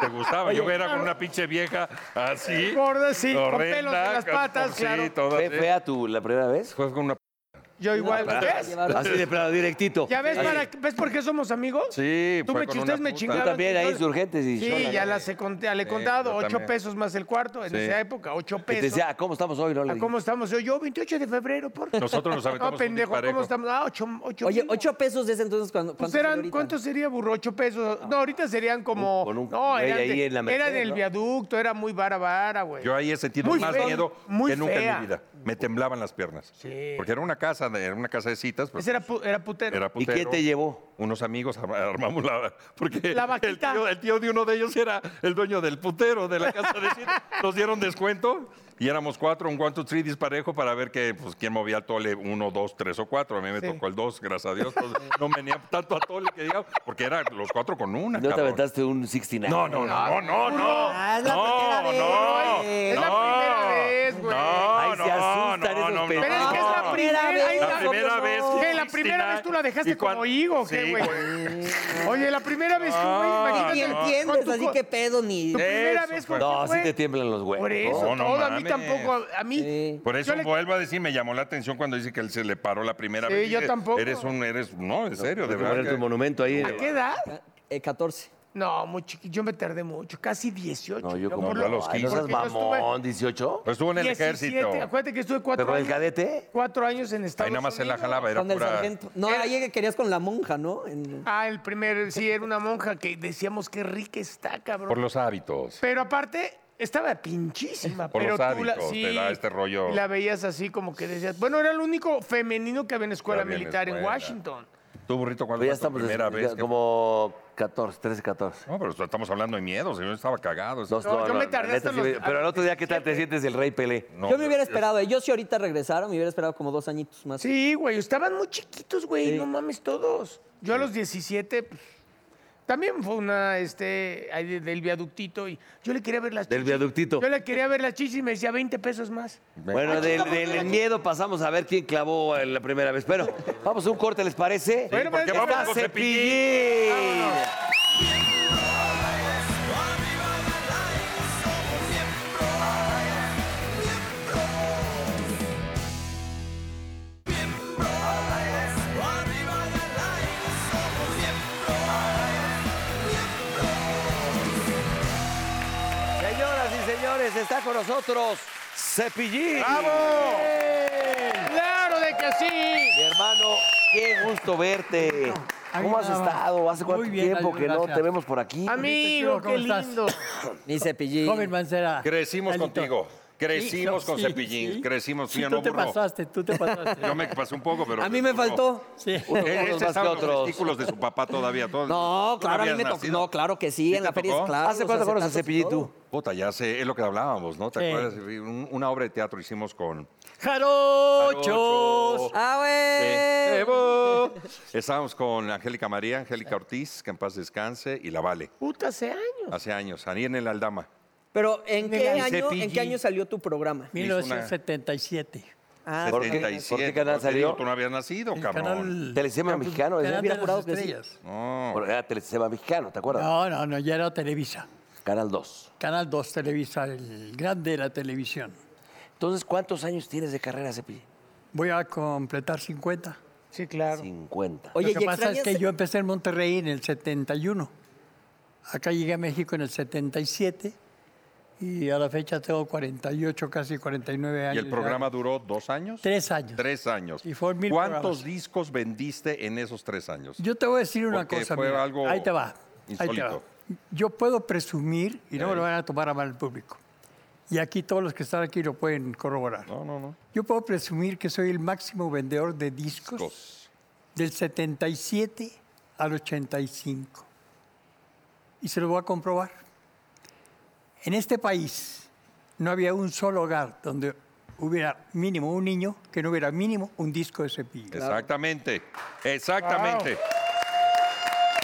Speaker 3: Te gustaba. Yo era con una pinche vieja así.
Speaker 2: Gorda, sí, con
Speaker 3: horrenda,
Speaker 2: pelos en las
Speaker 3: con-
Speaker 2: patas,
Speaker 3: sí,
Speaker 2: claro.
Speaker 3: toda
Speaker 1: ¿Fue
Speaker 3: así.
Speaker 1: fea tu la primera vez?
Speaker 3: Fue con una...
Speaker 2: Yo igual.
Speaker 1: pues,
Speaker 4: Claro.
Speaker 2: ¿Ves?
Speaker 1: Así de plano, directito.
Speaker 2: ¿Ya ves,
Speaker 1: Así.
Speaker 2: para, ¿ves por qué somos amigos?
Speaker 3: Sí,
Speaker 2: Tú
Speaker 3: fue
Speaker 2: me
Speaker 3: con
Speaker 2: chi-
Speaker 3: una
Speaker 2: ustedes me
Speaker 3: puta.
Speaker 1: Tú
Speaker 2: chingaron.
Speaker 1: también ahí urgentes y
Speaker 2: Sí,
Speaker 1: sola,
Speaker 2: ya
Speaker 1: ¿no?
Speaker 2: las he, cont- le he
Speaker 3: Sí,
Speaker 2: contado,
Speaker 3: yo
Speaker 2: ocho
Speaker 3: también.
Speaker 2: pesos más el cuarto en
Speaker 3: Sí.
Speaker 2: esa época, ocho
Speaker 1: Que te
Speaker 2: pesos.
Speaker 1: decía, ah, ¿cómo estamos hoy? No, le
Speaker 2: Ah, ¿Cómo estamos? Yo, yo, 28 de febrero, por
Speaker 3: Nosotros nos aventamos
Speaker 2: Ah,
Speaker 3: un
Speaker 2: pendejo, ¿cómo
Speaker 3: disparejo.
Speaker 2: estamos? Ah, ocho, ocho
Speaker 4: Oye,
Speaker 2: mil.
Speaker 4: ocho pesos de ese entonces, cuando
Speaker 2: Pues
Speaker 4: ¿cuántos
Speaker 2: eran-
Speaker 4: son ahorita?
Speaker 2: ¿Cuánto sería, burro? ¿Ocho pesos? No, ahorita serían como...
Speaker 1: Con un
Speaker 2: no,
Speaker 1: güey
Speaker 2: eran,
Speaker 1: ahí
Speaker 2: de-
Speaker 1: en la
Speaker 2: eran
Speaker 1: Mercedes,
Speaker 2: el
Speaker 1: ¿no?
Speaker 2: viaducto, era muy vara vara, güey.
Speaker 3: Yo ahí he sentido
Speaker 2: Muy
Speaker 3: más
Speaker 2: fea,
Speaker 3: miedo
Speaker 2: muy
Speaker 3: que nunca
Speaker 2: fea.
Speaker 3: en mi vida. Me temblaban las piernas.
Speaker 2: Sí.
Speaker 3: Porque era una casa, de- era una casa de citas. pues,
Speaker 2: Ese era, pu- era putero.
Speaker 3: era
Speaker 1: ¿Y
Speaker 3: putero.
Speaker 1: quién te llevó?
Speaker 3: Unos amigos ar- armamos la. Porque
Speaker 2: La
Speaker 3: el,
Speaker 2: vaquita.
Speaker 3: tío, el tío de uno de ellos era el dueño del putero de la casa de citas. Nos dieron descuento y éramos cuatro, un one, two, three disparejo para ver que, pues, quién movía el tole, uno, dos, tres o cuatro. A mí me
Speaker 2: Sí.
Speaker 3: tocó el dos, gracias a Dios. Entonces, no venía tanto a tole que digamos, porque eran los cuatro con una.
Speaker 1: ¿No te
Speaker 3: cabrón.
Speaker 1: aventaste un 69?
Speaker 3: No, no, no, no, no.
Speaker 4: Ah, es la
Speaker 3: no,
Speaker 4: primera vez,
Speaker 3: no,
Speaker 4: güey.
Speaker 2: Es la
Speaker 3: no,
Speaker 2: primera vez, güey.
Speaker 3: No,
Speaker 1: Ay, se
Speaker 3: no,
Speaker 1: asustan
Speaker 3: no,
Speaker 1: esos
Speaker 3: no,
Speaker 1: pendejos.
Speaker 2: Pero es que es la
Speaker 4: Ah,
Speaker 3: no.
Speaker 2: primera ahí
Speaker 3: La
Speaker 2: obvio,
Speaker 3: primera
Speaker 4: no.
Speaker 3: vez.
Speaker 2: ¿Qué? ¿La primera vez tú la dejaste
Speaker 3: ¿Y cuán-
Speaker 2: como higo o qué,
Speaker 3: Sí,
Speaker 2: güey? Oye, la primera vez tú, güey,
Speaker 3: No,
Speaker 4: Ni
Speaker 2: imagínate.
Speaker 4: entiendes,
Speaker 2: con tu
Speaker 4: así
Speaker 2: co-
Speaker 4: que pedo, ni...
Speaker 2: Tu primera
Speaker 3: Eso
Speaker 2: vez
Speaker 3: fue.
Speaker 2: con
Speaker 1: No,
Speaker 2: qué,
Speaker 1: así
Speaker 2: güey?
Speaker 1: te tiemblan los huevos.
Speaker 2: Por eso,
Speaker 3: No, no
Speaker 2: todo, a mí
Speaker 3: mames.
Speaker 2: tampoco, a mí.
Speaker 4: Sí.
Speaker 3: Por eso
Speaker 2: Yo le-
Speaker 3: vuelvo a decir, me llamó la atención cuando dice que él se le paró la primera
Speaker 2: Sí,
Speaker 3: vez.
Speaker 2: yo
Speaker 3: Dije,
Speaker 2: tampoco.
Speaker 3: Eres un, eres, no, en serio, de
Speaker 1: Poner
Speaker 3: verdad.
Speaker 1: tu eh.
Speaker 3: que-
Speaker 1: monumento ahí.
Speaker 2: ¿A qué edad?
Speaker 4: Eh, 14.
Speaker 2: No, muy chiquito. Yo me tardé mucho, casi 18.
Speaker 1: No, yo como
Speaker 2: por
Speaker 3: yo a los
Speaker 1: Ay, no
Speaker 3: 15.
Speaker 1: seas
Speaker 2: porque yo estuve Pues,
Speaker 1: mamón, 18.
Speaker 3: Pero Pues estuvo en el
Speaker 2: 17,
Speaker 3: ejército.
Speaker 2: Acuérdate que estuve cuatro
Speaker 1: Pero el
Speaker 2: años.
Speaker 1: cadete.
Speaker 2: Cuatro años en Estados
Speaker 3: Ahí
Speaker 2: Unidos.
Speaker 3: nada más se la jalaba, era
Speaker 4: Con el
Speaker 3: pura...
Speaker 4: sargento. No, ahí que querías con la monja, ¿no? En-
Speaker 2: Ah, el primer, sí, era una monja que decíamos que rica está, cabrón.
Speaker 3: Por los hábitos.
Speaker 2: Pero aparte, estaba pinchísima.
Speaker 3: Por
Speaker 2: pero
Speaker 3: los
Speaker 2: tú la,
Speaker 3: hábitos,
Speaker 2: sí,
Speaker 3: te da este rollo.
Speaker 2: La veías así como que decías. Bueno, era el único femenino que había en escuela
Speaker 3: había en
Speaker 2: militar en
Speaker 3: escuela.
Speaker 2: Washington.
Speaker 3: ¿Tú, burrito, cuándo
Speaker 2: pues,
Speaker 1: Pero ya
Speaker 3: fue tu
Speaker 1: estamos
Speaker 3: primera
Speaker 1: des-
Speaker 3: vez?
Speaker 1: ya
Speaker 3: que-
Speaker 1: como 14, 13, 14.
Speaker 3: No, pero estamos hablando de miedo, señor. Estaba cagado.
Speaker 1: No,
Speaker 2: No,
Speaker 1: no,
Speaker 2: yo
Speaker 1: no,
Speaker 2: me
Speaker 1: la
Speaker 2: tardé
Speaker 1: neta
Speaker 2: hasta
Speaker 1: sí
Speaker 2: los-
Speaker 1: me- Pero al otro día, ¿qué tal te sientes el rey Pelé?
Speaker 3: No,
Speaker 4: yo me hubiera esperado, eh. yo si ahorita regresara, me hubiera esperado como dos añitos más.
Speaker 2: Sí, güey, estaban muy chiquitos, güey,
Speaker 4: Sí.
Speaker 2: no mames todos. Yo a los 17, pues, también fue una, este, ahí de- del viaductito y yo le quería ver las
Speaker 1: Del
Speaker 2: chichis.
Speaker 1: viaductito.
Speaker 2: Yo le quería ver las chichis y me decía 20 pesos más.
Speaker 1: Bueno, del, del miedo pasamos a ver quién clavó eh, la primera vez. Pero vamos a un corte, ¿les parece?
Speaker 2: Bueno,
Speaker 3: porque
Speaker 2: pues,
Speaker 3: vamos
Speaker 1: ¡Está
Speaker 3: con Cepillín.
Speaker 1: Cepillín! Señoras y señores, está con nosotros Cepillín.
Speaker 3: ¡Bravo!
Speaker 2: ¡Claro de que sí!
Speaker 1: Mi hermano, qué gusto verte.
Speaker 5: ahí
Speaker 1: ¿Cómo has
Speaker 5: andaba.
Speaker 1: estado? ¿Hace cuánto
Speaker 5: Muy bien,
Speaker 1: tiempo
Speaker 5: Gallo,
Speaker 1: que no
Speaker 5: gracias.
Speaker 1: te vemos por aquí?
Speaker 2: Amigo,
Speaker 5: ¿cómo
Speaker 2: qué
Speaker 5: estás?
Speaker 2: lindo.
Speaker 4: Ni cepillín.
Speaker 5: Joven Mancera.
Speaker 3: Crecimos
Speaker 5: Lalito.
Speaker 3: contigo. Crecimos
Speaker 5: Sí,
Speaker 3: con
Speaker 5: sí,
Speaker 3: Cepillín.
Speaker 5: sí.
Speaker 3: Crecimos.
Speaker 5: Sí,
Speaker 3: yo
Speaker 5: tú
Speaker 3: no
Speaker 5: te
Speaker 3: burro.
Speaker 5: pasaste, tú te pasaste.
Speaker 3: Yo me pasé un poco, pero...
Speaker 4: A mí me
Speaker 3: burro.
Speaker 4: faltó.
Speaker 5: Sí.
Speaker 1: Unos
Speaker 3: Eh,
Speaker 1: unos
Speaker 3: Este
Speaker 1: más que
Speaker 3: estaba en los
Speaker 1: otros.
Speaker 3: testículos de su papá todavía. todo-
Speaker 4: No,
Speaker 3: ¿Tú
Speaker 4: claro, a mí
Speaker 3: habías
Speaker 4: me tocó.
Speaker 3: nacido?
Speaker 4: No, claro que sí,
Speaker 3: ¿Sí
Speaker 4: en
Speaker 3: te
Speaker 4: la feria
Speaker 3: tocó?
Speaker 4: es claro.
Speaker 1: ¿Hace cuánto conoces a Cepillín tú?
Speaker 3: Puta, ya sé, es lo que hablábamos, ¿no? ¿Te
Speaker 5: Sí.
Speaker 3: acuerdas? Un- una obra de teatro hicimos con...
Speaker 5: Jarochos.
Speaker 4: Ah,
Speaker 3: Sí.
Speaker 4: güey.
Speaker 3: Evo. Estábamos con Angélica María, Angélica Ortiz, que en paz descanse, y la Vale,
Speaker 2: Puta, hace años.
Speaker 3: hace años, ahí en el Aldama.
Speaker 4: Pero ¿en qué,
Speaker 5: Mira,
Speaker 4: año, ¿en qué
Speaker 3: Cepillín.
Speaker 4: año salió tu programa?
Speaker 5: 1977.
Speaker 4: Ah,
Speaker 1: ¿Por qué? ¿Por qué canal
Speaker 3: ¿no? Te digo,
Speaker 1: salió?
Speaker 3: Tú no habías nacido, cabrón.
Speaker 1: Telesistema
Speaker 5: Campus-
Speaker 1: Mexicano, ¿es?
Speaker 5: Canal
Speaker 1: Hubiera
Speaker 5: de
Speaker 1: jurado
Speaker 5: las
Speaker 1: que sí.
Speaker 5: estrellas.
Speaker 3: No,
Speaker 1: Porque Era Telesistema Mexicano, ¿te acuerdas?
Speaker 5: No, no, no, ya era Televisa.
Speaker 1: Canal 2.
Speaker 5: Canal 2 Televisa, el grande de la televisión.
Speaker 1: Entonces, ¿cuántos años tienes de carrera, Cepillín?
Speaker 5: Voy a completar 50.
Speaker 2: Sí, claro.
Speaker 1: 50.
Speaker 4: Oye,
Speaker 5: Lo
Speaker 4: ¿y
Speaker 5: que pasa es
Speaker 4: extrañas-
Speaker 5: que yo empecé en Monterrey en el 71. Acá llegué a México en el 77 y a la fecha tengo 48, casi 49 años.
Speaker 3: ¿Y el
Speaker 5: ya.
Speaker 3: programa duró dos años?
Speaker 5: Tres años.
Speaker 3: Tres años.
Speaker 5: Y fueron mil
Speaker 3: ¿Cuántos
Speaker 5: programas.
Speaker 3: discos vendiste en esos tres años?
Speaker 5: Yo te voy a decir una
Speaker 3: Porque
Speaker 5: cosa.
Speaker 3: fue
Speaker 5: mira.
Speaker 3: algo
Speaker 5: Ahí te va. Ahí te va.
Speaker 3: insólito.
Speaker 5: Yo puedo presumir y no me lo van a tomar a mal el público. Y aquí todos los que están aquí lo pueden corroborar.
Speaker 3: No, no, no.
Speaker 5: Yo puedo presumir que soy el máximo vendedor de discos
Speaker 3: Discos.
Speaker 5: del 77 al 85. Y se lo voy a comprobar. En este país no había un solo hogar donde hubiera mínimo un niño que no hubiera mínimo un disco de cepillo.
Speaker 3: Exactamente. Exactamente.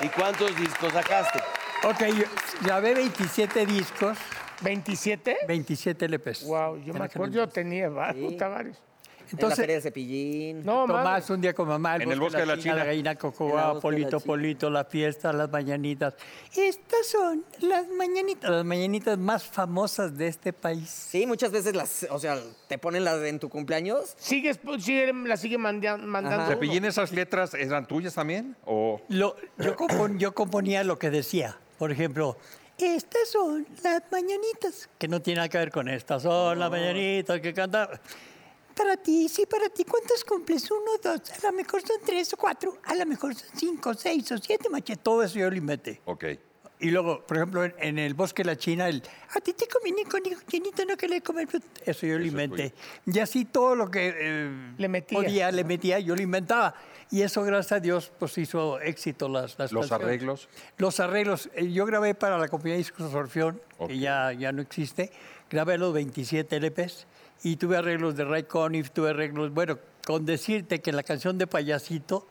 Speaker 1: ¿Y cuántos discos sacaste?
Speaker 5: Ok, yo grabé 27 discos,
Speaker 2: ¿27?
Speaker 5: 27 LPs.
Speaker 2: Wow, yo
Speaker 5: En
Speaker 2: me
Speaker 5: aquel
Speaker 2: acuerdo, yo
Speaker 5: entonces.
Speaker 2: tenía varios, puta, varios.
Speaker 4: En la feria
Speaker 5: Entonces,
Speaker 4: de cepillín.
Speaker 2: No, mames.
Speaker 5: Tomás un día con mamá.
Speaker 3: En el Bosque de la China.
Speaker 5: La gallina
Speaker 4: En la
Speaker 5: cocoa,
Speaker 4: Bosque de la
Speaker 5: Polito,
Speaker 4: China.
Speaker 5: Polito, las fiestas, las mañanitas. Estas son las mañanitas, las mañanitas más famosas de este país.
Speaker 4: Sí, muchas veces las, o sea, te ponen las en tu cumpleaños.
Speaker 2: Sigues, sigue, la sigue mandea- mandando.
Speaker 4: Ajá.
Speaker 2: uno.
Speaker 3: ¿Cepillín esas letras eran tuyas también? ¿O
Speaker 5: Lo- yo, compon- yo componía lo que decía. Por ejemplo, estas son las mañanitas, que no tiene nada que ver con estas. Son las mañanitas que cantar. Para ti, sí, para ti. ¿Cuántos cumples? Uno, dos. A lo mejor son tres o cuatro. A lo mejor son cinco, seis o siete, maché. Todo eso yo lo inventé.
Speaker 3: Ok.
Speaker 5: Y luego, por ejemplo, en, en el bosque de la China, el a ti te comí con chinito, no quería comer. fruta". Eso yo lo inventé. Y así todo lo que eh,
Speaker 2: Le metía.
Speaker 5: podía, le metía, yo lo inventaba. Y eso, gracias a Dios, pues hizo éxito las, las
Speaker 3: los
Speaker 5: canciones.
Speaker 3: arreglos?
Speaker 5: Los arreglos. eh, Yo grabé para la compañía Discos Orfeón,
Speaker 3: Ok.
Speaker 5: que ya, ya no existe. Grabé los 27 LPs y tuve arreglos de Ray Conniff, tuve arreglos. Bueno, con decirte que la canción de Payasito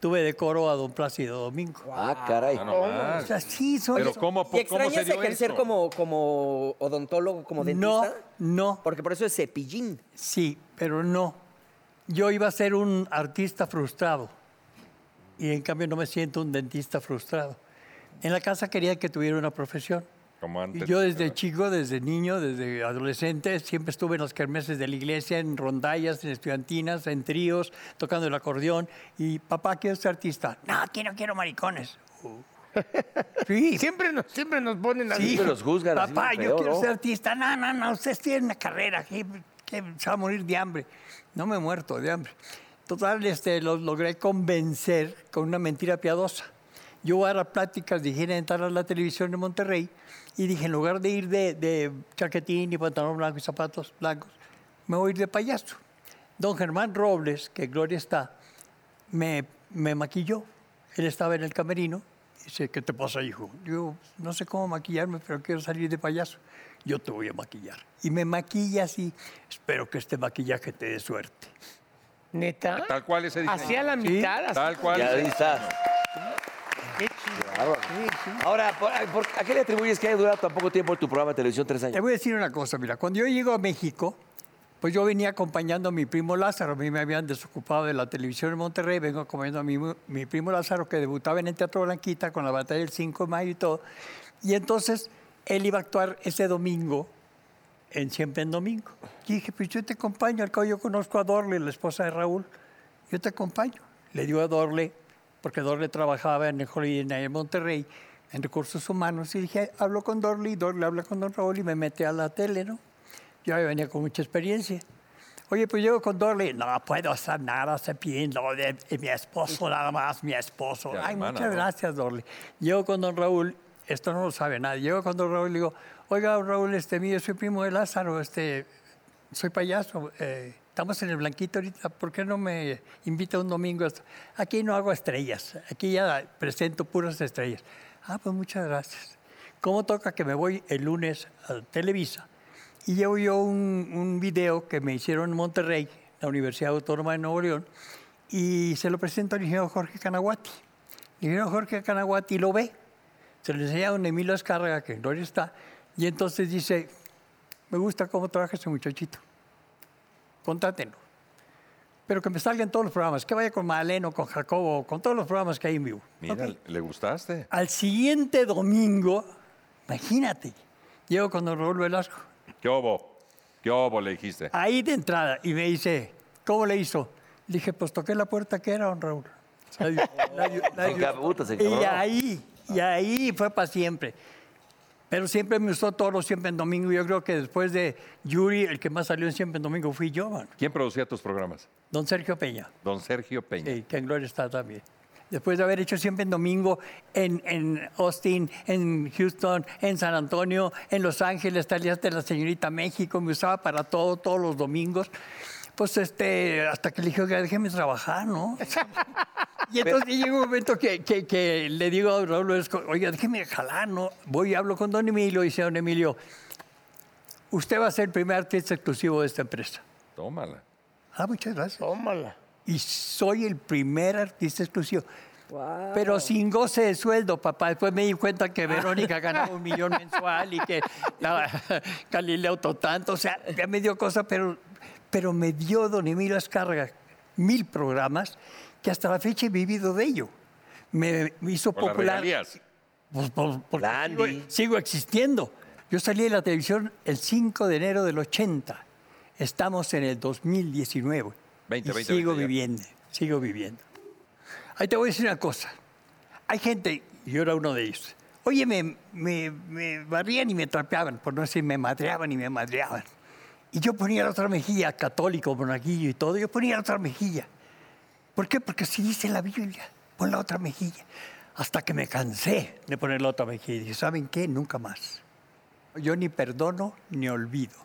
Speaker 5: tuve de coro a Don Plácido Domingo.
Speaker 1: Ah, caray.
Speaker 3: Ah, no más.
Speaker 5: O sea, sí, soy.
Speaker 3: Pero ¿cómo,
Speaker 4: ¿Y
Speaker 3: po- cómo se
Speaker 4: extrañas
Speaker 3: dio
Speaker 4: ejercer
Speaker 3: eso?
Speaker 4: como, como odontólogo, como
Speaker 5: No,
Speaker 4: dentista?
Speaker 5: no,
Speaker 4: Porque por eso es cepillín.
Speaker 5: sí, pero no. Yo iba a ser un artista frustrado y en cambio no me siento un dentista frustrado. En la casa quería que tuviera una profesión.
Speaker 3: Como antes.
Speaker 5: Y yo desde chico, desde niño, desde adolescente, siempre estuve en las kermeses de la iglesia, en rondallas, en estudiantinas, en tríos, tocando el acordeón. Y papá, quiero ser artista. No, que no quiero maricones. Sí,
Speaker 2: Siempre nos, siempre nos ponen así.
Speaker 1: Siempre los juzgan así
Speaker 5: Papá,
Speaker 1: bien
Speaker 5: yo
Speaker 1: feo,
Speaker 5: quiero
Speaker 1: ¿no?
Speaker 5: ser artista. No, no, no, ustedes tienen una carrera. Que, que se va a morir de hambre. No me he muerto de hambre. Total, este, los logré convencer con una mentira piadosa. Yo voy a dar pláticas, dije de entrar a la televisión de Monterrey y dije, en lugar de ir de, de chaquetín y pantalón blanco y zapatos blancos, me voy a ir de payaso. Don Germán Robles, que Gloria está, me, me maquilló. Él estaba en el camerino. Dice, ¿qué te pasa, hijo? Yo no sé cómo maquillarme, pero quiero salir de payaso. Yo te voy a maquillar. Y me maquilla así. Espero que este maquillaje te dé suerte.
Speaker 2: Neta.
Speaker 3: Tal cual ese diseño.
Speaker 2: Así a la mitad. así.
Speaker 3: Tal cual.
Speaker 1: Ya ahí
Speaker 3: ese-
Speaker 1: está.
Speaker 2: Qué chido.
Speaker 1: Ahora, ¿por- por- ¿a qué le atribuyes que haya durado tan poco tiempo tu programa de televisión? Tres
Speaker 5: Te
Speaker 1: años.
Speaker 5: voy a decir una cosa, mira, cuando yo llego a México, pues yo venía acompañando a mi primo Lázaro, a mí me habían desocupado de la televisión en Monterrey, vengo acompañando a mi, mi primo Lázaro que debutaba en el Teatro Blanquita con la batalla del 5 de mayo y todo, y entonces él iba a actuar ese domingo, en Siempre en Domingo. Y dije, pues yo te acompaño, al cabo yo conozco a Dorle, la esposa de Raúl, yo te acompaño. Le digo a Dorle, porque Dorle trabajaba en el Holiday Inn en Monterrey, en recursos humanos, y dije, hablo con Dorle, y Dorle habla con Don Raúl, y me mete a la tele, ¿no? Yo ya venía con mucha experiencia. Oye, pues llego con Dorle, no puedo hacer nada, se pidiendo de, de mi esposo nada más, mi esposo.
Speaker 3: De
Speaker 5: Ay,
Speaker 3: alemana,
Speaker 5: muchas
Speaker 3: ¿no?
Speaker 5: gracias, Dorle. Llego con Don Raúl, esto no lo sabe nadie, llego con Don Raúl y le digo, oiga, don Raúl, este, mire, soy primo de Lázaro, este, soy payaso, eh, estamos en el Blanquito ahorita, ¿por qué no me invita un domingo? a esto? Aquí no hago estrellas, aquí ya presento puras estrellas. Ah, pues muchas gracias. ¿Cómo toca que me voy el lunes a Televisa? Y llevo yo un, un video que me hicieron en Monterrey, la Universidad Autónoma de Nuevo León, y se lo presento al ingeniero Jorge Canaguati. El ingeniero Jorge Canaguati lo ve, se lo enseña a don Emilio Azcárraga, que en gloria está, y entonces dice, me gusta cómo trabaja ese muchachito. Contrátenlo. Pero que me salgan todos los programas, que vaya con Maleno, con Jacobo, con todos los programas que hay en vivo.
Speaker 3: Mira,
Speaker 5: Ok.
Speaker 3: le gustaste.
Speaker 5: Al siguiente domingo, imagínate, llego con don Raúl Velasco,
Speaker 3: ¿Qué obo? ¿Qué obo le dijiste?
Speaker 5: ahí de entrada, y me dice, ¿cómo le hizo? Le dije, pues toqué la puerta que era, don Raúl. La ayu- la ayu- la
Speaker 1: Se
Speaker 5: ayu-
Speaker 1: encab- puta, se
Speaker 5: y
Speaker 1: encabronó.
Speaker 5: ahí, y ahí fue para siempre. Pero siempre me usó todo, siempre en domingo. Yo creo que después de Yuri, el que más salió en siempre en domingo fui yo, mano.
Speaker 3: ¿Quién producía tus programas?
Speaker 5: Don Sergio Peña,
Speaker 3: Don Sergio Peña.
Speaker 5: eh, que en Gloria está también. Después de haber hecho siempre en domingo en, en Austin, en Houston, en San Antonio, en Los Ángeles, talías de la señorita México, me usaba para todo, todos los domingos. Pues este, hasta que le dije, oiga, déjeme trabajar, ¿no? Y entonces llega un momento que, que- que le digo a Raúl, Velasco, oiga, déjeme jalar, ¿no? Voy y hablo con don Emilio y dice, don Emilio, usted va a ser el primer artista exclusivo de esta empresa.
Speaker 3: Tómala.
Speaker 5: Ah, muchas gracias
Speaker 2: Tómala.
Speaker 5: y soy el primer artista exclusivo. Pero sin goce de sueldo, papá. Después me di cuenta que Verónica ganaba un millón mensual y que la, Galileo to tanto. O sea, ya me dio cosa, pero, pero me dio Don Emilio Azcárraga mil programas que hasta la fecha he vivido de ello. Me, me hizo
Speaker 3: Por las
Speaker 5: popular.
Speaker 3: regalías.
Speaker 5: Pues, por- porque
Speaker 1: La
Speaker 5: sigo,
Speaker 1: Andy.
Speaker 5: sigo existiendo. Yo salí de la televisión el 5 de enero del 80. Estamos en el 2019.
Speaker 3: 20,
Speaker 5: y
Speaker 3: 20,
Speaker 5: sigo
Speaker 3: 20 ya.
Speaker 5: viviendo, sigo viviendo. Ahí te voy a decir una cosa. Hay gente, y yo era uno de ellos, oye, me, me, me barrían y me trapeaban, por no decir, me madreaban y me madreaban. Y yo ponía la otra mejilla, católico, monaguillo y todo, yo ponía la otra mejilla. ¿Por qué? Porque si dice la Biblia, pon la otra mejilla. Hasta que me cansé de poner la otra mejilla. Y dije, ¿saben qué? Nunca más. Yo ni perdono ni olvido.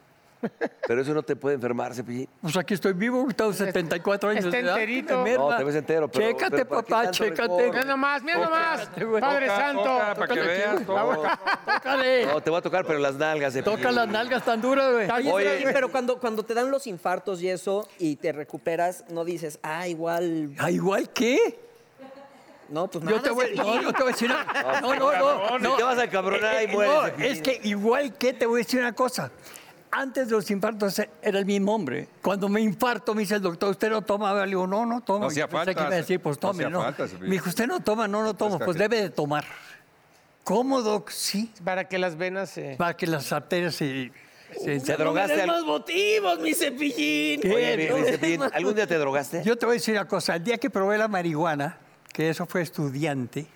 Speaker 1: Pero eso no te puede enfermar, Cepillín.
Speaker 5: Pues aquí estoy vivo, tengo 74 años.
Speaker 2: está
Speaker 5: de edad,
Speaker 2: enterito.
Speaker 5: de merda.
Speaker 1: No, te ves entero, pero-
Speaker 5: Chécate,
Speaker 1: pero ¿para qué
Speaker 5: papá,
Speaker 1: tanto
Speaker 5: chécate.
Speaker 1: rencor?
Speaker 2: Mira nomás, mira nomás.
Speaker 5: güey.
Speaker 2: Padre
Speaker 3: Toca,
Speaker 2: Santo.
Speaker 3: toca, para que
Speaker 5: tócale aquí,
Speaker 3: veas.
Speaker 5: güey.
Speaker 3: toca.
Speaker 5: Tócale.
Speaker 1: No, te va a tocar, pero las nalgas, Cepillín.
Speaker 5: Toca las nalgas tan duras, güey.
Speaker 2: Está bien,
Speaker 1: Oye.
Speaker 2: está bien.
Speaker 4: Pero cuando, cuando te dan los infartos y eso, y te recuperas, no dices, ah, igual.
Speaker 5: Ah, igual qué?
Speaker 4: No, pues
Speaker 5: Yo
Speaker 4: nada.
Speaker 5: te, voy,
Speaker 4: Cepillín.
Speaker 5: no, yo te voy a decir una- No, no, no.
Speaker 3: cabrón,
Speaker 5: no.
Speaker 1: te vas a cabronar y
Speaker 5: Eh, eh,
Speaker 1: mueres,
Speaker 5: no,
Speaker 1: Cepillín.
Speaker 5: es que igual que te voy a decir una cosa. Antes de los infartos era el mismo hombre. Cuando me infarto me dice el doctor, ¿usted no toma? Le digo, no, no toma.
Speaker 3: No hacía
Speaker 5: Pensé que
Speaker 3: falta,
Speaker 5: iba a decir, pues
Speaker 3: no
Speaker 5: tome,
Speaker 3: hacía
Speaker 5: no.
Speaker 3: falta, Cepillín.
Speaker 5: me dijo, ¿usted no toma? No, no tomo.
Speaker 3: Pues,
Speaker 5: Pues
Speaker 3: cajeta.
Speaker 5: debe de tomar. ¿Cómo, doc? Sí.
Speaker 2: Para que las venas se.
Speaker 5: Para que las arterias se... se-
Speaker 1: ¿Te
Speaker 5: se-
Speaker 1: drogaste? al-
Speaker 4: motivos, mi
Speaker 1: Oye,
Speaker 4: cepillín.
Speaker 5: ¿Qué?
Speaker 1: mi-
Speaker 5: No,
Speaker 1: mi Cepillín, ¿algún día te drogaste?
Speaker 5: Yo te voy a decir una cosa. El día que probé la marihuana, que eso fue estudiante,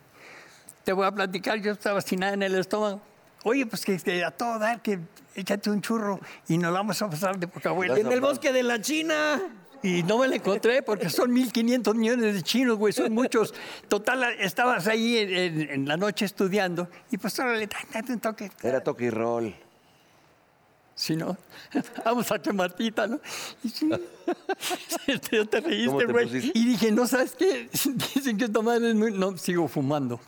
Speaker 5: te voy a platicar, yo estaba sin nada en el estómago. Oye, pues que, que a todo dar, que échate un churro y nos vamos a pasar de poca abuela.
Speaker 4: En el bosque de la China.
Speaker 5: Y no me la encontré porque son 1.500 millones de chinos, güey, son muchos. Total, estabas ahí en, en- en la noche estudiando y pues órale, da- date un toque.
Speaker 1: Era toque y roll.
Speaker 5: Si no, vamos a quemartita, ¿no? Y sí, te, te
Speaker 1: ¿Cómo
Speaker 5: reíste,
Speaker 1: te
Speaker 5: güey.
Speaker 1: pusiste?
Speaker 5: Y dije, no, ¿sabes qué? Dicen que esta madre es muy... No, sigo fumando.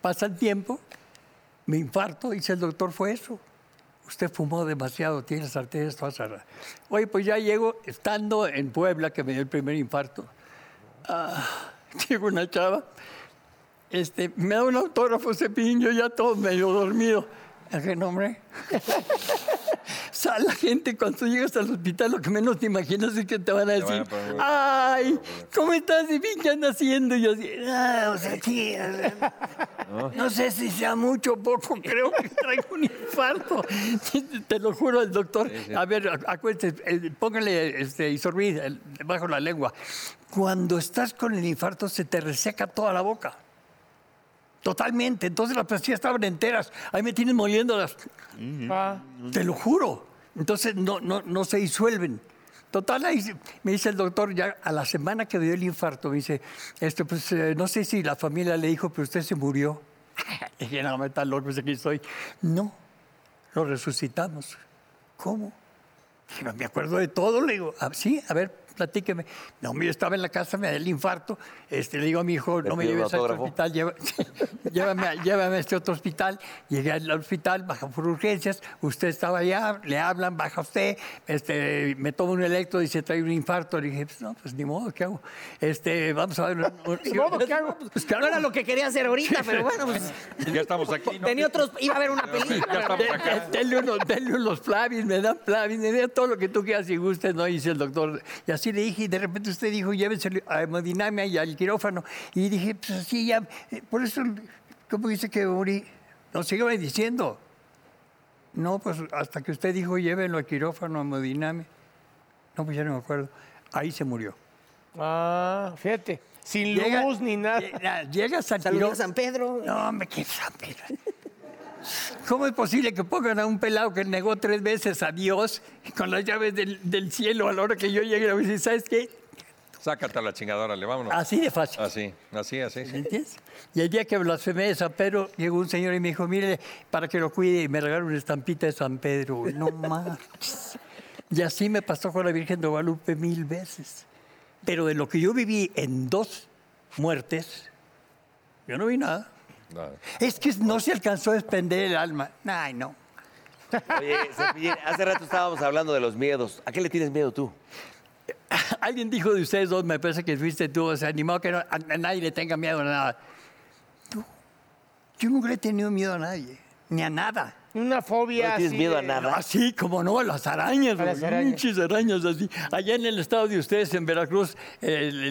Speaker 5: Pasa el tiempo, me infarto, dice el doctor, fue eso. Usted fumó demasiado, tiene las arterias todas cerradas. Oye, pues ya llego, estando en Puebla, que me dio el primer infarto, ah, llega una chava, este, me da un autógrafo Cepillín, yo ya todo medio dormido. Dije, no, hombre. O sea, la gente cuando llegas al hospital lo que menos te imaginas es que te van a
Speaker 3: van a
Speaker 5: decir,
Speaker 3: poner-
Speaker 5: ay, ¿cómo estás? ¿Y bien, qué andas haciendo? Y yo así, ah, o sea, sí, o sea, no sé si sea mucho o poco, creo que traigo un infarto. Te lo juro al doctor. A ver, acuérdese, eh, póngale este, isorbid el- bajo la lengua. Cuando estás con el infarto se te reseca toda la boca. Totalmente. Entonces las pastillas estaban enteras. Ahí me tienen moliéndolas.
Speaker 2: Ah,
Speaker 5: Te lo juro. Entonces no, no, no se disuelven. Total, ahí se- me dice el doctor, ya a la semana que dio el infarto, me dice, este, pues eh, no sé si la familia le dijo, pero usted se murió. Le dije, no, me está loco, pues aquí estoy. No, lo resucitamos. ¿Cómo? Dije, no me acuerdo de todo, le digo, "Ah, sí, a ver, platíqueme. No, mire, estaba en la casa, me da el infarto. Este, le digo a mi hijo,
Speaker 1: ¿Le
Speaker 5: no me
Speaker 1: pido un
Speaker 5: lleves a este
Speaker 1: autógrafo?
Speaker 5: hospital, lleva- llévame, a- llévame a este otro hospital. Llegué al hospital, baja por urgencias, usted estaba allá, le hablan, baja usted, este, me toma un electro, dice, trae un infarto. Le dije, pues no, pues ni modo, ¿qué hago? Este, vamos a ver.
Speaker 2: Ni modo, ¿qué hago?
Speaker 5: Pues, ¿qué hago?
Speaker 4: No era lo que quería hacer ahorita, pero bueno, pues,
Speaker 3: Ya estamos aquí. ¿no?
Speaker 4: tenía otros. Iba a ver una
Speaker 3: Ya
Speaker 4: película.
Speaker 3: estamos
Speaker 5: De-
Speaker 3: acá.
Speaker 5: de- Denle unos, denle unos Plavix, me dan Plavix, me dan todo lo que tú quieras y gustes, ¿no? Y dice el doctor. Y así le dije, y de repente usted dijo, llévenselo a hemodinamia y al quirófano. Y dije, pues así ya, eh, por eso, ¿cómo dice que morí? No, sígueme diciendo. No, pues hasta que usted dijo, llévenlo al quirófano, a hemodinamia. No, pues ya no me acuerdo. Ahí se murió.
Speaker 2: ah, fíjate, sin
Speaker 5: Llega- eh,
Speaker 2: luz ni nada.
Speaker 5: Llega- Llegas al
Speaker 4: Saludos
Speaker 5: quirófano.
Speaker 4: a San Pedro.
Speaker 5: No, me qué San Pedro. ¿Cómo es posible que pongan a un pelado que negó tres veces a Dios con las llaves del, del cielo a la hora que yo llegue a decir, ¿sabes qué?
Speaker 3: Sácate a la chingadora, le vámonos.
Speaker 5: Así de fácil.
Speaker 3: Así, así, así.
Speaker 5: ¿me entiendes? Y el día que blasfemé de San Pedro, llegó un señor y me dijo, mire, para que lo cuide, y me regaló una estampita de San Pedro. No más. Y así me pasó con la Virgen de Guadalupe mil veces. Pero de lo que yo viví en dos muertes, yo no vi nada.
Speaker 3: No.
Speaker 5: Es que no se alcanzó a desprender el alma. Ay, no.
Speaker 1: Oye, Cepillín, hace rato estábamos hablando de los miedos. ¿A qué le tienes miedo tú?
Speaker 5: Alguien dijo de ustedes dos, me parece que fuiste tú, o sea, ni modo que no- a, a nadie le tenga miedo a nada. No, yo nunca le he tenido miedo a nadie, ni a nada.
Speaker 2: Una fobia
Speaker 1: ¿No le tienes
Speaker 2: así
Speaker 1: miedo a
Speaker 2: de-
Speaker 1: nada?
Speaker 5: Así como no, a las arañas,
Speaker 2: A las
Speaker 5: güey,
Speaker 2: arañas.
Speaker 5: pinches arañas así. Allá en el estado de ustedes, en Veracruz, el-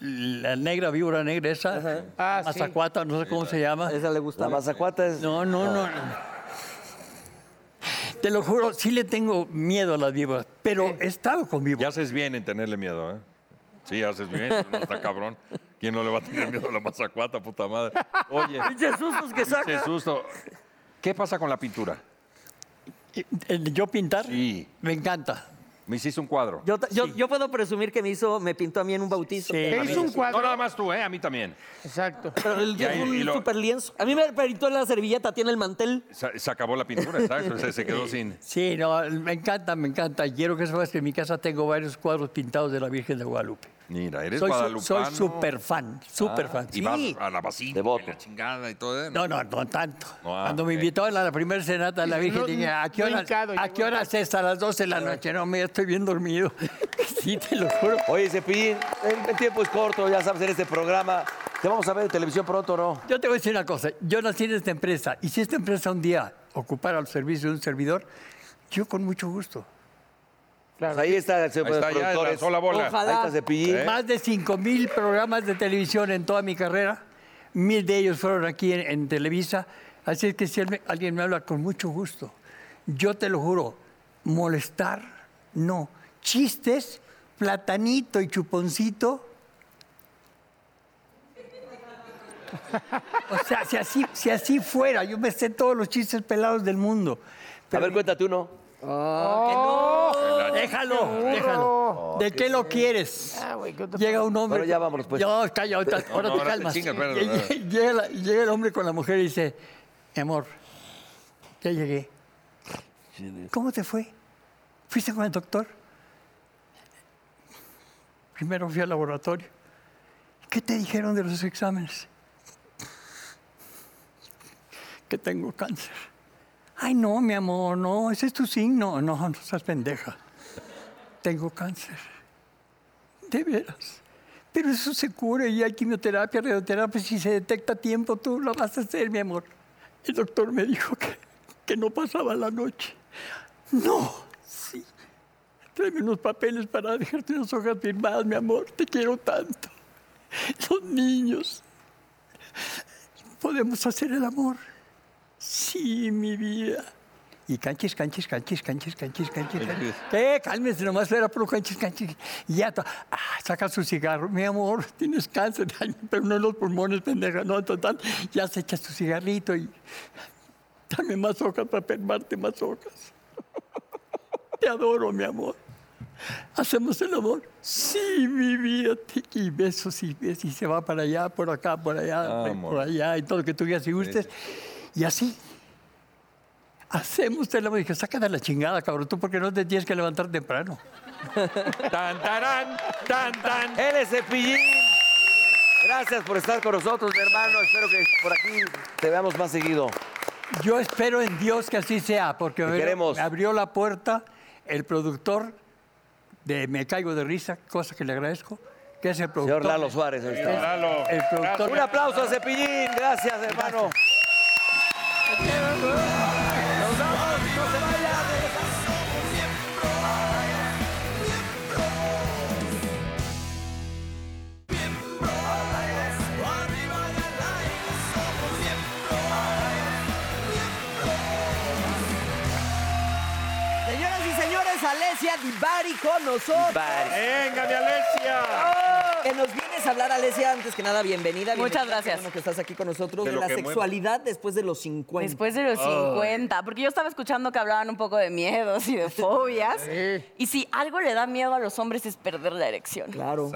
Speaker 5: el- la negra, víbora negra esa,
Speaker 2: Ah, sí. Ah.
Speaker 5: Mazacuata, no sé cómo se llama.
Speaker 4: Esa le gusta
Speaker 1: La mazacuata es...
Speaker 5: No, no, no. no. Te lo juro, sí le tengo miedo a las víboras, pero he estado con víboras.
Speaker 3: Ya haces bien en tenerle miedo, ¿eh? Sí, haces bien, no está cabrón. ¿Quién no le va a tener miedo a la mazacuata, puta madre? Oye,
Speaker 4: Pinches sustos que
Speaker 3: qué
Speaker 4: saca.
Speaker 3: susto. ¿Qué pasa con la pintura?
Speaker 5: ¿El ¿Yo pintar?
Speaker 3: Sí.
Speaker 5: Me encanta.
Speaker 3: Me hiciste un cuadro.
Speaker 4: Yo, ta- yo, yo puedo presumir que me hizo, me pintó a mí en un bautizo.
Speaker 5: Sí.
Speaker 2: Te hizo un
Speaker 3: No
Speaker 2: cuadro.
Speaker 3: nada más tú, ¿eh? A mí también.
Speaker 2: Exacto.
Speaker 4: Pero el,
Speaker 3: Ya,
Speaker 4: es
Speaker 3: y-
Speaker 4: un
Speaker 3: y lo-
Speaker 4: super lienzo. A mí me pintó la servilleta, tiene el mantel.
Speaker 3: Se, se acabó la pintura, exacto. Se, se quedó sin...
Speaker 5: Sí, no, me encanta, me encanta. Quiero que sepas que en mi casa tengo varios cuadros pintados de la Virgen de Guadalupe.
Speaker 3: Mira, eres
Speaker 5: soy su-
Speaker 3: guadalupano. Ah.
Speaker 5: soy súper fan, súper fan.
Speaker 3: Y
Speaker 5: Sí.
Speaker 3: vas a la vasija,
Speaker 1: Devoto.
Speaker 3: la chingada y todo. ¿eh?
Speaker 5: No, no, no tanto.
Speaker 3: No, ah,
Speaker 5: Cuando me
Speaker 3: ok.
Speaker 5: invitaron a la primera cenata de la Virgen,
Speaker 2: No,
Speaker 5: dije, ¿a qué
Speaker 2: no
Speaker 5: horas,
Speaker 2: hincado,
Speaker 5: ¿a
Speaker 2: ya
Speaker 5: qué
Speaker 2: voy.
Speaker 5: horas es? A las 12 de la noche. No, me estoy bien dormido. sí, te lo juro.
Speaker 1: Oye, Cepillín, el, el tiempo es corto, ya sabes, en este programa. ¿Te vamos a ver en televisión pronto o no?
Speaker 5: Yo te voy a decir una cosa. Yo nací en esta empresa. Y si esta empresa un día ocupara el servicio de un servidor, yo con mucho gusto.
Speaker 1: Pues ahí está el señor
Speaker 3: Ahí está, ya
Speaker 1: productor.
Speaker 3: lanzó la bola.
Speaker 1: Ahí está Cepillín.
Speaker 3: ¿Eh?
Speaker 5: Más de 5 mil programas de televisión en toda mi carrera. Mil de ellos fueron aquí en, en Televisa. Así es que si alguien- alguien me habla con mucho gusto, yo te lo juro, molestar, no. Chistes, platanito y chuponcito. O sea, si así, si así fuera, yo me sé todos los chistes pelados del mundo.
Speaker 6: A ver, cuéntate uno.
Speaker 5: Déjalo, déjalo.
Speaker 1: Ah,
Speaker 5: ¿De qué lo quieres?
Speaker 2: Ah, güey, ¿qué otra-
Speaker 5: Llega un hombre.
Speaker 1: Bueno, ya vámonos, pues.
Speaker 5: No, calla, ahorita, ahora
Speaker 3: no,
Speaker 5: te
Speaker 3: ahora te
Speaker 5: calmas.
Speaker 3: chingas, espérate,
Speaker 5: Llega-
Speaker 3: espérate.
Speaker 5: llega, la- llega el hombre con la mujer y dice, mi amor, ya llegué. ¿Cómo te fue? ¿Fuiste con el doctor? Primero fui al laboratorio. ¿Qué te dijeron de los exámenes? Que tengo cáncer. Ay, no, mi amor, no, ese es tu signo. No, no seas pendeja. Tengo cáncer. De veras. Pero eso se cura y hay quimioterapia, radioterapia. Si se detecta a tiempo, tú lo vas a hacer, mi amor. El doctor me dijo que, que no pasaba la noche. No, sí. Tráeme unos papeles para dejarte unas hojas firmadas, mi amor. Te quiero tanto. Los niños. ¿Podemos hacer el amor? Sí, mi vida. Y canches, canches, canches, canches, canches, canches. canches. ¿Qué? Cálmese, nomás era puro canches, canches. Y ya, to- ah, saca su cigarro. Mi amor, tienes cáncer, Ay, pero no en los pulmones, pendeja. No, total, ya se echa su cigarrito y dame más hojas para firmarte más hojas. Te adoro, mi amor. ¿Hacemos el amor? Sí, mi vida. te- Y besos y besos. Y se va para allá, por acá, por
Speaker 1: Ah,
Speaker 5: allá,
Speaker 3: Vamos.
Speaker 5: por allá. Y todo lo que tú quieras y gustes. Y así. Hacemos el amor. Y dije, sácate la chingada, cabrón. Tú porque no te tienes que levantar temprano.
Speaker 3: Tan, tarán, tan, tan.
Speaker 1: Él es Cepillín. Gracias por estar con nosotros, mi hermano. Espero que por aquí te veamos más seguido.
Speaker 5: Yo espero en Dios que así sea, porque
Speaker 1: Te
Speaker 5: me-
Speaker 1: queremos.
Speaker 5: me abrió la puerta el productor de Me Caigo de Risa, cosa que le agradezco, que es el productor.
Speaker 1: Señor Lalo Suárez, ahí está.
Speaker 3: Lalo.
Speaker 5: El productor.
Speaker 1: Un aplauso a Cepillín. Gracias, hermano.
Speaker 4: Señoras y señores, Alesia Dibari con nosotros.
Speaker 3: Venga, mi Alexia.
Speaker 4: Que nos vienes a hablar, Alesia, antes que nada, bienvenida. bienvenida,
Speaker 7: Muchas
Speaker 4: qué
Speaker 7: gracias.
Speaker 4: bueno que estás aquí con nosotros.
Speaker 3: De
Speaker 4: De,
Speaker 3: lo
Speaker 4: la
Speaker 3: que mueve.
Speaker 4: sexualidad después de los 50.
Speaker 7: Después de los 50, porque yo estaba escuchando que hablaban un poco de miedos y de fobias. Y si algo le da miedo a los hombres es perder la erección.
Speaker 4: Claro.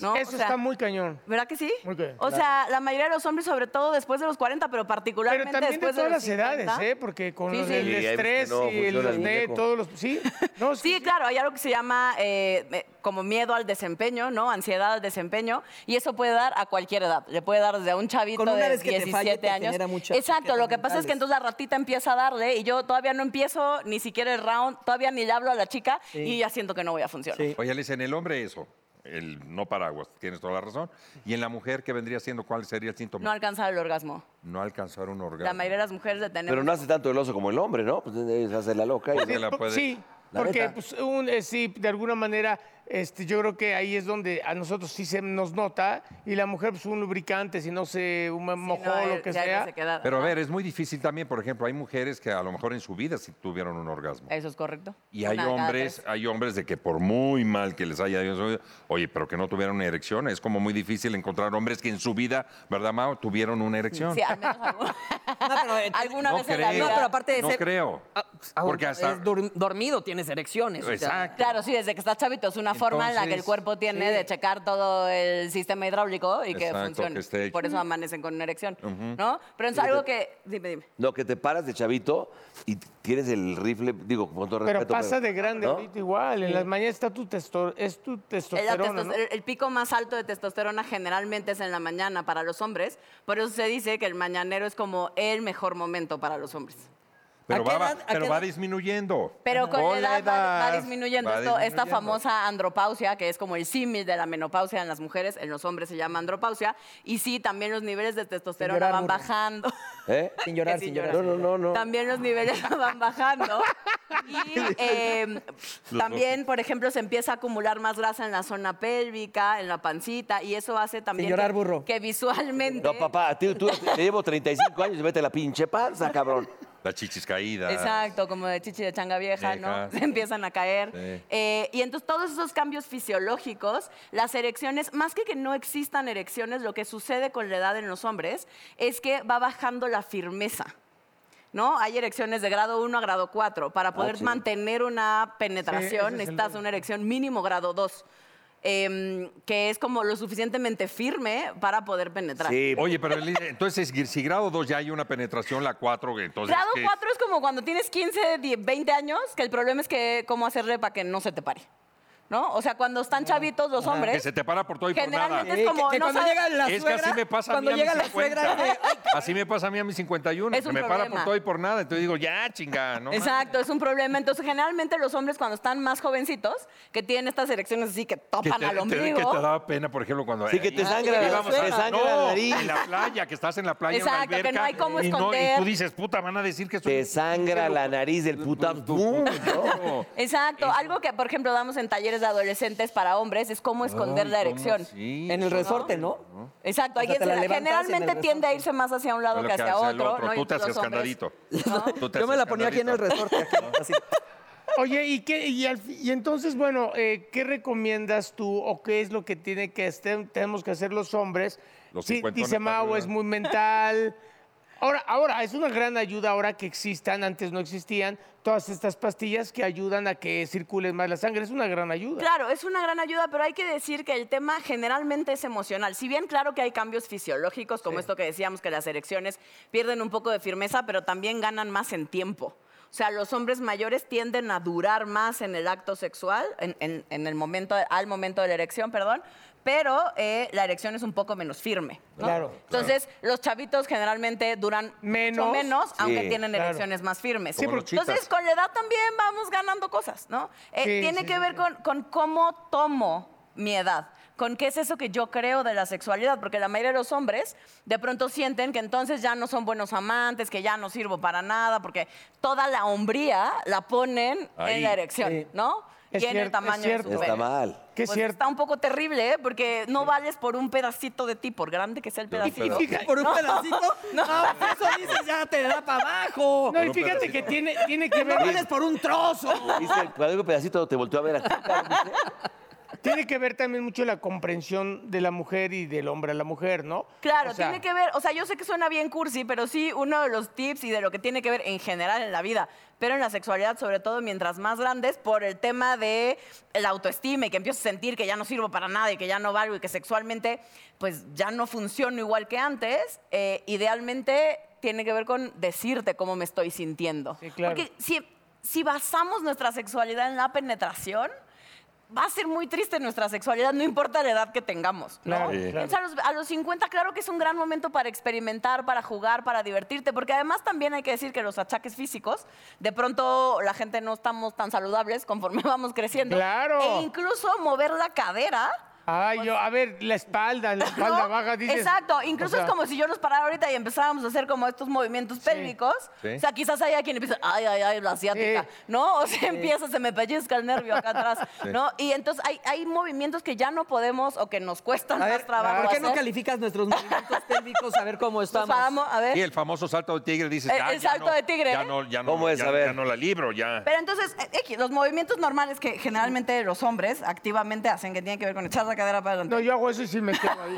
Speaker 7: ¿no?
Speaker 2: Eso
Speaker 7: O sea,
Speaker 2: está muy cañón.
Speaker 7: ¿Verdad que sí?
Speaker 2: Muy bien,
Speaker 7: o sea, la mayoría de los hombres, sobre todo después de los 40, pero particularmente
Speaker 2: Pero también de
Speaker 7: después
Speaker 2: todas
Speaker 7: de los
Speaker 2: las edades,
Speaker 7: 50.
Speaker 2: ¿eh? Porque con
Speaker 7: Sí,
Speaker 2: lo
Speaker 7: sí.
Speaker 2: del
Speaker 1: Sí, hay veces que
Speaker 2: estrés
Speaker 1: no
Speaker 2: y
Speaker 1: funciona el
Speaker 2: los de
Speaker 1: muñeco.
Speaker 2: todos los... Sí, no, es que
Speaker 7: Sí, claro, hay algo que se llama eh, eh, como miedo al desempeño, ¿no? Ansiedad al desempeño. Y eso puede dar a cualquier edad. Le puede dar desde a un chavito
Speaker 4: Con una
Speaker 7: de
Speaker 4: vez que te
Speaker 7: 17
Speaker 4: falle, te
Speaker 7: años.
Speaker 4: genera muchas
Speaker 7: Exacto, lo que
Speaker 4: tarjetas
Speaker 7: pasa es
Speaker 4: mentales.
Speaker 7: que entonces la ratita empieza a darle y yo todavía no empiezo ni siquiera el round, todavía ni le hablo a la chica y ya siento que no voy a funcionar.
Speaker 3: Oye, Alicia, en el hombre eso, el no paraguas, tienes toda la razón. Y en la mujer, ¿qué vendría siendo? ¿Cuál sería el síntoma?
Speaker 7: No alcanzar el orgasmo.
Speaker 3: No alcanzar un orgasmo.
Speaker 7: La mayoría de las mujeres le tenemos.
Speaker 1: Pero no hace tanto el oso como el hombre, ¿no? Pues eh, se hace la loca. y-
Speaker 3: Sí, la puede-
Speaker 2: Sí,
Speaker 1: La
Speaker 2: porque
Speaker 1: neta.
Speaker 2: pues, un, eh, sí, de alguna manera este, yo creo que ahí es donde a nosotros sí se nos nota y la mujer pues un lubricante, si no se un
Speaker 7: Sí,
Speaker 2: mojó
Speaker 7: no, eh,
Speaker 2: lo que
Speaker 7: ya
Speaker 2: sea.
Speaker 7: se queda-
Speaker 3: Pero a ver, es muy difícil también, por ejemplo, hay mujeres que a lo mejor en su vida sí tuvieron un orgasmo.
Speaker 7: Eso es correcto.
Speaker 3: Y hay
Speaker 7: Eh, Una de cada
Speaker 3: hombres,
Speaker 7: tres.
Speaker 3: hay hombres de que por muy mal que les haya ido, oye, pero que no tuvieron una erección, es como muy difícil encontrar hombres que en su vida, ¿verdad, Mao? Tuvieron una erección.
Speaker 7: Sí, al menos alguna, alguna
Speaker 3: no
Speaker 7: vez en la
Speaker 3: creo.
Speaker 7: vida.
Speaker 4: eh, No, pero aparte de
Speaker 3: no
Speaker 4: ser-
Speaker 3: creo.
Speaker 4: Ah, pues, ahora
Speaker 3: Porque hasta-
Speaker 4: es dur- dormido tienes erecciones. o sea,
Speaker 3: Exacto.
Speaker 7: Claro, sí, desde que estás chavito es una forma en la que el
Speaker 3: Entonces,
Speaker 7: cuerpo tiene de checar todo el sistema hidráulico y que
Speaker 3: Exacto,
Speaker 7: funcione.
Speaker 3: que esté hecho.
Speaker 7: Por eso amanecen con una erección, ¿no? Pero es algo que... Dime, dime.
Speaker 1: No, que te paras de chavito y t- tienes el rifle, digo, con todo respeto.
Speaker 2: Pero pasa de grande
Speaker 1: ¿no?
Speaker 2: ahorita igual, en las mañanas está tu, testo- es tu
Speaker 7: Es la
Speaker 2: testosterona, ¿no?
Speaker 7: testoster- el, pico más alto de testosterona generalmente es en la mañana para los hombres. Por eso se dice que el mañanero es como el mejor momento para los hombres.
Speaker 3: Pero,
Speaker 4: ¿A qué
Speaker 3: va, va-
Speaker 4: edad- a
Speaker 3: pero
Speaker 4: qué
Speaker 3: va
Speaker 4: edad?
Speaker 3: disminuyendo.
Speaker 7: Pero con la edad, va- va,
Speaker 3: edad,
Speaker 7: disminuyendo.
Speaker 3: va
Speaker 7: Esto- Esta
Speaker 3: disminuyendo.
Speaker 7: famosa andropausia, que es como el símil de la menopausia en las mujeres, en los hombres se llama andropausia. Y sí, también los niveles de testosterona
Speaker 4: llorar,
Speaker 7: van
Speaker 4: burro.
Speaker 7: bajando.
Speaker 1: ¿Eh?
Speaker 4: Sin llorar,
Speaker 7: Que
Speaker 4: sin
Speaker 7: sin
Speaker 4: llorar.
Speaker 1: No, no, no, no.
Speaker 7: También los niveles van bajando. Y eh, también, por ejemplo, se empieza a acumular más grasa en la zona pélvica, en la pancita, y eso hace también
Speaker 4: llorar,
Speaker 7: que,
Speaker 4: burro.
Speaker 7: que visualmente...
Speaker 1: No, papá, a ti- tú, te llevo 35 años y vete la pinche panza, cabrón.
Speaker 3: Las chichis caídas.
Speaker 7: Exacto, como de chichi de changa vieja,
Speaker 3: Vieja.
Speaker 7: ¿no? Se empiezan a caer.
Speaker 3: Sí.
Speaker 7: Eh, y entonces todos esos cambios fisiológicos, las erecciones, más que que no existan erecciones, lo que sucede con la edad en los hombres es que va bajando la firmeza. ¿No? Hay erecciones de grado 1 a grado 4. Para poder
Speaker 1: sí.
Speaker 7: mantener una penetración
Speaker 2: ese es el
Speaker 7: necesitas
Speaker 2: rollo.
Speaker 7: una erección mínimo grado 2, em, que es como lo suficientemente firme para poder penetrar.
Speaker 1: Sí,
Speaker 4: Eh,
Speaker 3: Eh, Oye, pero el- entonces, si grado 2 ya hay una penetración, la 4, entonces.
Speaker 7: Grado
Speaker 3: ¿qué Pues es?
Speaker 7: 4 es como cuando tienes 15, 10, 20 años, que el problema es que cómo hacerle para que no se te pare. ¿No? O sea, cuando están chavitos los
Speaker 3: Ah, Que
Speaker 7: hombres.
Speaker 3: se te para por todo y por nada.
Speaker 7: Generalmente es como.
Speaker 4: que, que
Speaker 7: no
Speaker 4: cuando
Speaker 7: sabes-
Speaker 4: llega la
Speaker 3: es
Speaker 4: suegra,
Speaker 3: que así me pasa
Speaker 4: cuando
Speaker 3: a mí
Speaker 4: llega
Speaker 3: a
Speaker 4: la
Speaker 3: mis 50.
Speaker 4: suegra, güey, ay,
Speaker 3: así me pasa a mí a mis 51.
Speaker 7: Es
Speaker 3: se
Speaker 7: un
Speaker 3: me para por
Speaker 7: problema.
Speaker 3: todo y por nada. Entonces digo, ya, chinga, ¿no?
Speaker 7: Exacto, es un problema. Entonces, generalmente los hombres cuando están más jovencitos, que tienen estas erecciones así que
Speaker 3: Que
Speaker 7: topan
Speaker 3: te,
Speaker 7: al
Speaker 3: te- que
Speaker 7: ombligo.
Speaker 3: te daba pena, por ejemplo, cuando.
Speaker 6: Sí, que te
Speaker 3: Ahí
Speaker 6: sangra, la-
Speaker 3: íbamos a-
Speaker 6: te sangra la
Speaker 3: No,
Speaker 6: nariz.
Speaker 3: En la playa, que estás en la playa. en una
Speaker 7: Exacto, que no
Speaker 3: alberca,
Speaker 7: hay cómo
Speaker 3: y y
Speaker 7: esconder.
Speaker 3: tú dices, puta, van a decir que soy.
Speaker 6: Te sangra la nariz del puta. ¡Pum!
Speaker 3: No.
Speaker 7: Exacto, algo que, por ejemplo, damos en talleres de adolescentes para hombres es cómo esconder la
Speaker 3: Ay, ¿cómo
Speaker 7: erección.
Speaker 3: así?
Speaker 4: en el resorte, ¿no?
Speaker 7: Exacto,
Speaker 4: O
Speaker 7: ahí
Speaker 4: sea, te
Speaker 7: es-
Speaker 4: la levantas en
Speaker 7: generalmente
Speaker 4: el
Speaker 7: tiende a irse más hacia un lado
Speaker 3: Lo
Speaker 7: que hacia
Speaker 3: el
Speaker 7: otro. ¿no? Y
Speaker 3: Tú te
Speaker 7: los
Speaker 3: hacías
Speaker 7: hombres-
Speaker 3: candadito. Tú te
Speaker 4: Yo me
Speaker 3: hacías
Speaker 4: la ponía aquí en el
Speaker 3: candadito.
Speaker 4: resorte. aquí, así.
Speaker 2: Oye, ¿y, qué, y, al fi- y entonces, bueno, eh, ¿qué recomiendas tú o qué es lo que tiene que hacer- tenemos que hacer los hombres?
Speaker 3: Los
Speaker 2: Sí,
Speaker 3: cincuentones
Speaker 2: dice
Speaker 3: para
Speaker 2: Mau,
Speaker 3: arriba.
Speaker 2: es muy mental. Ahora, ahora, es una gran ayuda ahora que existan, antes no existían, todas estas pastillas que ayudan a que circule más la sangre. Es una gran ayuda.
Speaker 7: Claro, es una gran ayuda, pero hay que decir que el tema generalmente es emocional. Si bien claro que hay cambios fisiológicos, como esto que decíamos, que las erecciones pierden un poco de firmeza, pero también ganan más en tiempo. O sea, los hombres mayores tienden a durar más en el acto sexual, en, en- en el momento, al momento de la erección, perdón, pero eh, la erección es un poco menos firme. ¿no?
Speaker 2: Claro.
Speaker 7: Entonces, los chavitos generalmente duran
Speaker 2: Menos.
Speaker 7: mucho menos, aunque tienen
Speaker 2: claro.
Speaker 7: erecciones más firmes.
Speaker 3: Como los chitas.
Speaker 7: Entonces, con la edad también vamos ganando cosas, ¿no? Eh,
Speaker 2: Sí,
Speaker 7: tiene
Speaker 2: sí,
Speaker 7: que
Speaker 2: sí,
Speaker 7: ver con, con cómo tomo mi edad, con qué es eso que yo creo de la sexualidad, porque la mayoría de los hombres de pronto sienten que entonces ya no son buenos amantes, que ya no sirvo para nada, porque toda la hombría la ponen
Speaker 3: Ahí.
Speaker 7: en la erección,
Speaker 2: Sí.
Speaker 7: ¿no?
Speaker 2: Es
Speaker 7: y en el
Speaker 2: cierto, es
Speaker 7: tamaño de
Speaker 2: cierto.
Speaker 7: su
Speaker 6: Está
Speaker 7: pene.
Speaker 6: mal.
Speaker 2: Que es
Speaker 7: Pues
Speaker 2: cierto.
Speaker 7: Está un poco terrible, ¿eh? porque no vales por un pedacito de ti, por grande que sea el pedacito.
Speaker 3: pedazo.
Speaker 4: Fija, por un pedacito. No, pues eso dices, ya te da para abajo.
Speaker 2: No, y fíjate que tiene, tiene que ver...
Speaker 7: pues,
Speaker 4: No vienes por un trozo.
Speaker 6: Dice, el cuadro pedacito te volteó a ver a ti.
Speaker 2: Tiene que ver también mucho la comprensión de la mujer y del hombre a la mujer, ¿no?
Speaker 7: Claro,
Speaker 2: O sea,
Speaker 7: tiene que ver, o sea, yo sé que suena bien cursi, pero sí uno de los tips y de lo que tiene que ver en general en la vida, pero en la sexualidad, sobre todo mientras más grandes, por el tema de la autoestima y que empiezo a sentir que ya no sirvo para nada y que ya no valgo y que sexualmente, pues ya no funciono igual que antes, eh, idealmente tiene que ver con decirte cómo me estoy sintiendo.
Speaker 2: Sí, claro.
Speaker 7: Porque si, si basamos nuestra sexualidad en la penetración, va a ser muy triste nuestra sexualidad, no importa la edad que tengamos. ¿no?
Speaker 2: Claro, Sí. claro.
Speaker 7: Entonces, a los, a los 50, claro que es un gran momento para experimentar, para jugar, para divertirte, porque además también hay que decir que los achaques físicos, de pronto la gente no estamos tan saludables conforme vamos creciendo.
Speaker 2: Claro.
Speaker 7: E incluso mover la cadera.
Speaker 2: Ay, yo, a ver, la espalda, la espalda
Speaker 7: ¿no?
Speaker 2: baja, dices...
Speaker 7: Pues Exacto, incluso
Speaker 2: o sea,
Speaker 7: es como si yo nos parara ahorita y empezáramos a hacer como estos movimientos pélvicos.
Speaker 3: Sí.
Speaker 7: O sea, quizás haya quien empieza, ay, ay, ay, la asiática,
Speaker 2: Sí.
Speaker 7: ¿no? O sea, empieza, se me pellizca el nervio acá atrás, ¿no? Y entonces hay, hay movimientos que ya no podemos o que nos cuestan
Speaker 4: A
Speaker 7: más
Speaker 4: ver,
Speaker 7: trabajo.
Speaker 4: ¿por qué no
Speaker 7: hacer.
Speaker 4: calificas nuestros movimientos técnicos a ver cómo
Speaker 7: Nos
Speaker 4: estamos?
Speaker 7: vamos, a ver.
Speaker 3: Y el famoso salto de tigre dices,
Speaker 7: Eh,
Speaker 3: "Ah,
Speaker 7: el
Speaker 3: ya
Speaker 7: salto
Speaker 3: no,
Speaker 7: de tigre,
Speaker 3: Ya
Speaker 7: ¿eh?
Speaker 3: no, ya no,
Speaker 6: ¿Cómo es?
Speaker 3: ya,
Speaker 6: A ver.
Speaker 3: ya no la libro, ya.
Speaker 7: Pero entonces, eh, X, los movimientos normales que generalmente los hombres activamente hacen, que tienen que ver con echar la cadera para adelante.
Speaker 2: No, yo hago eso y sí me quedo ahí.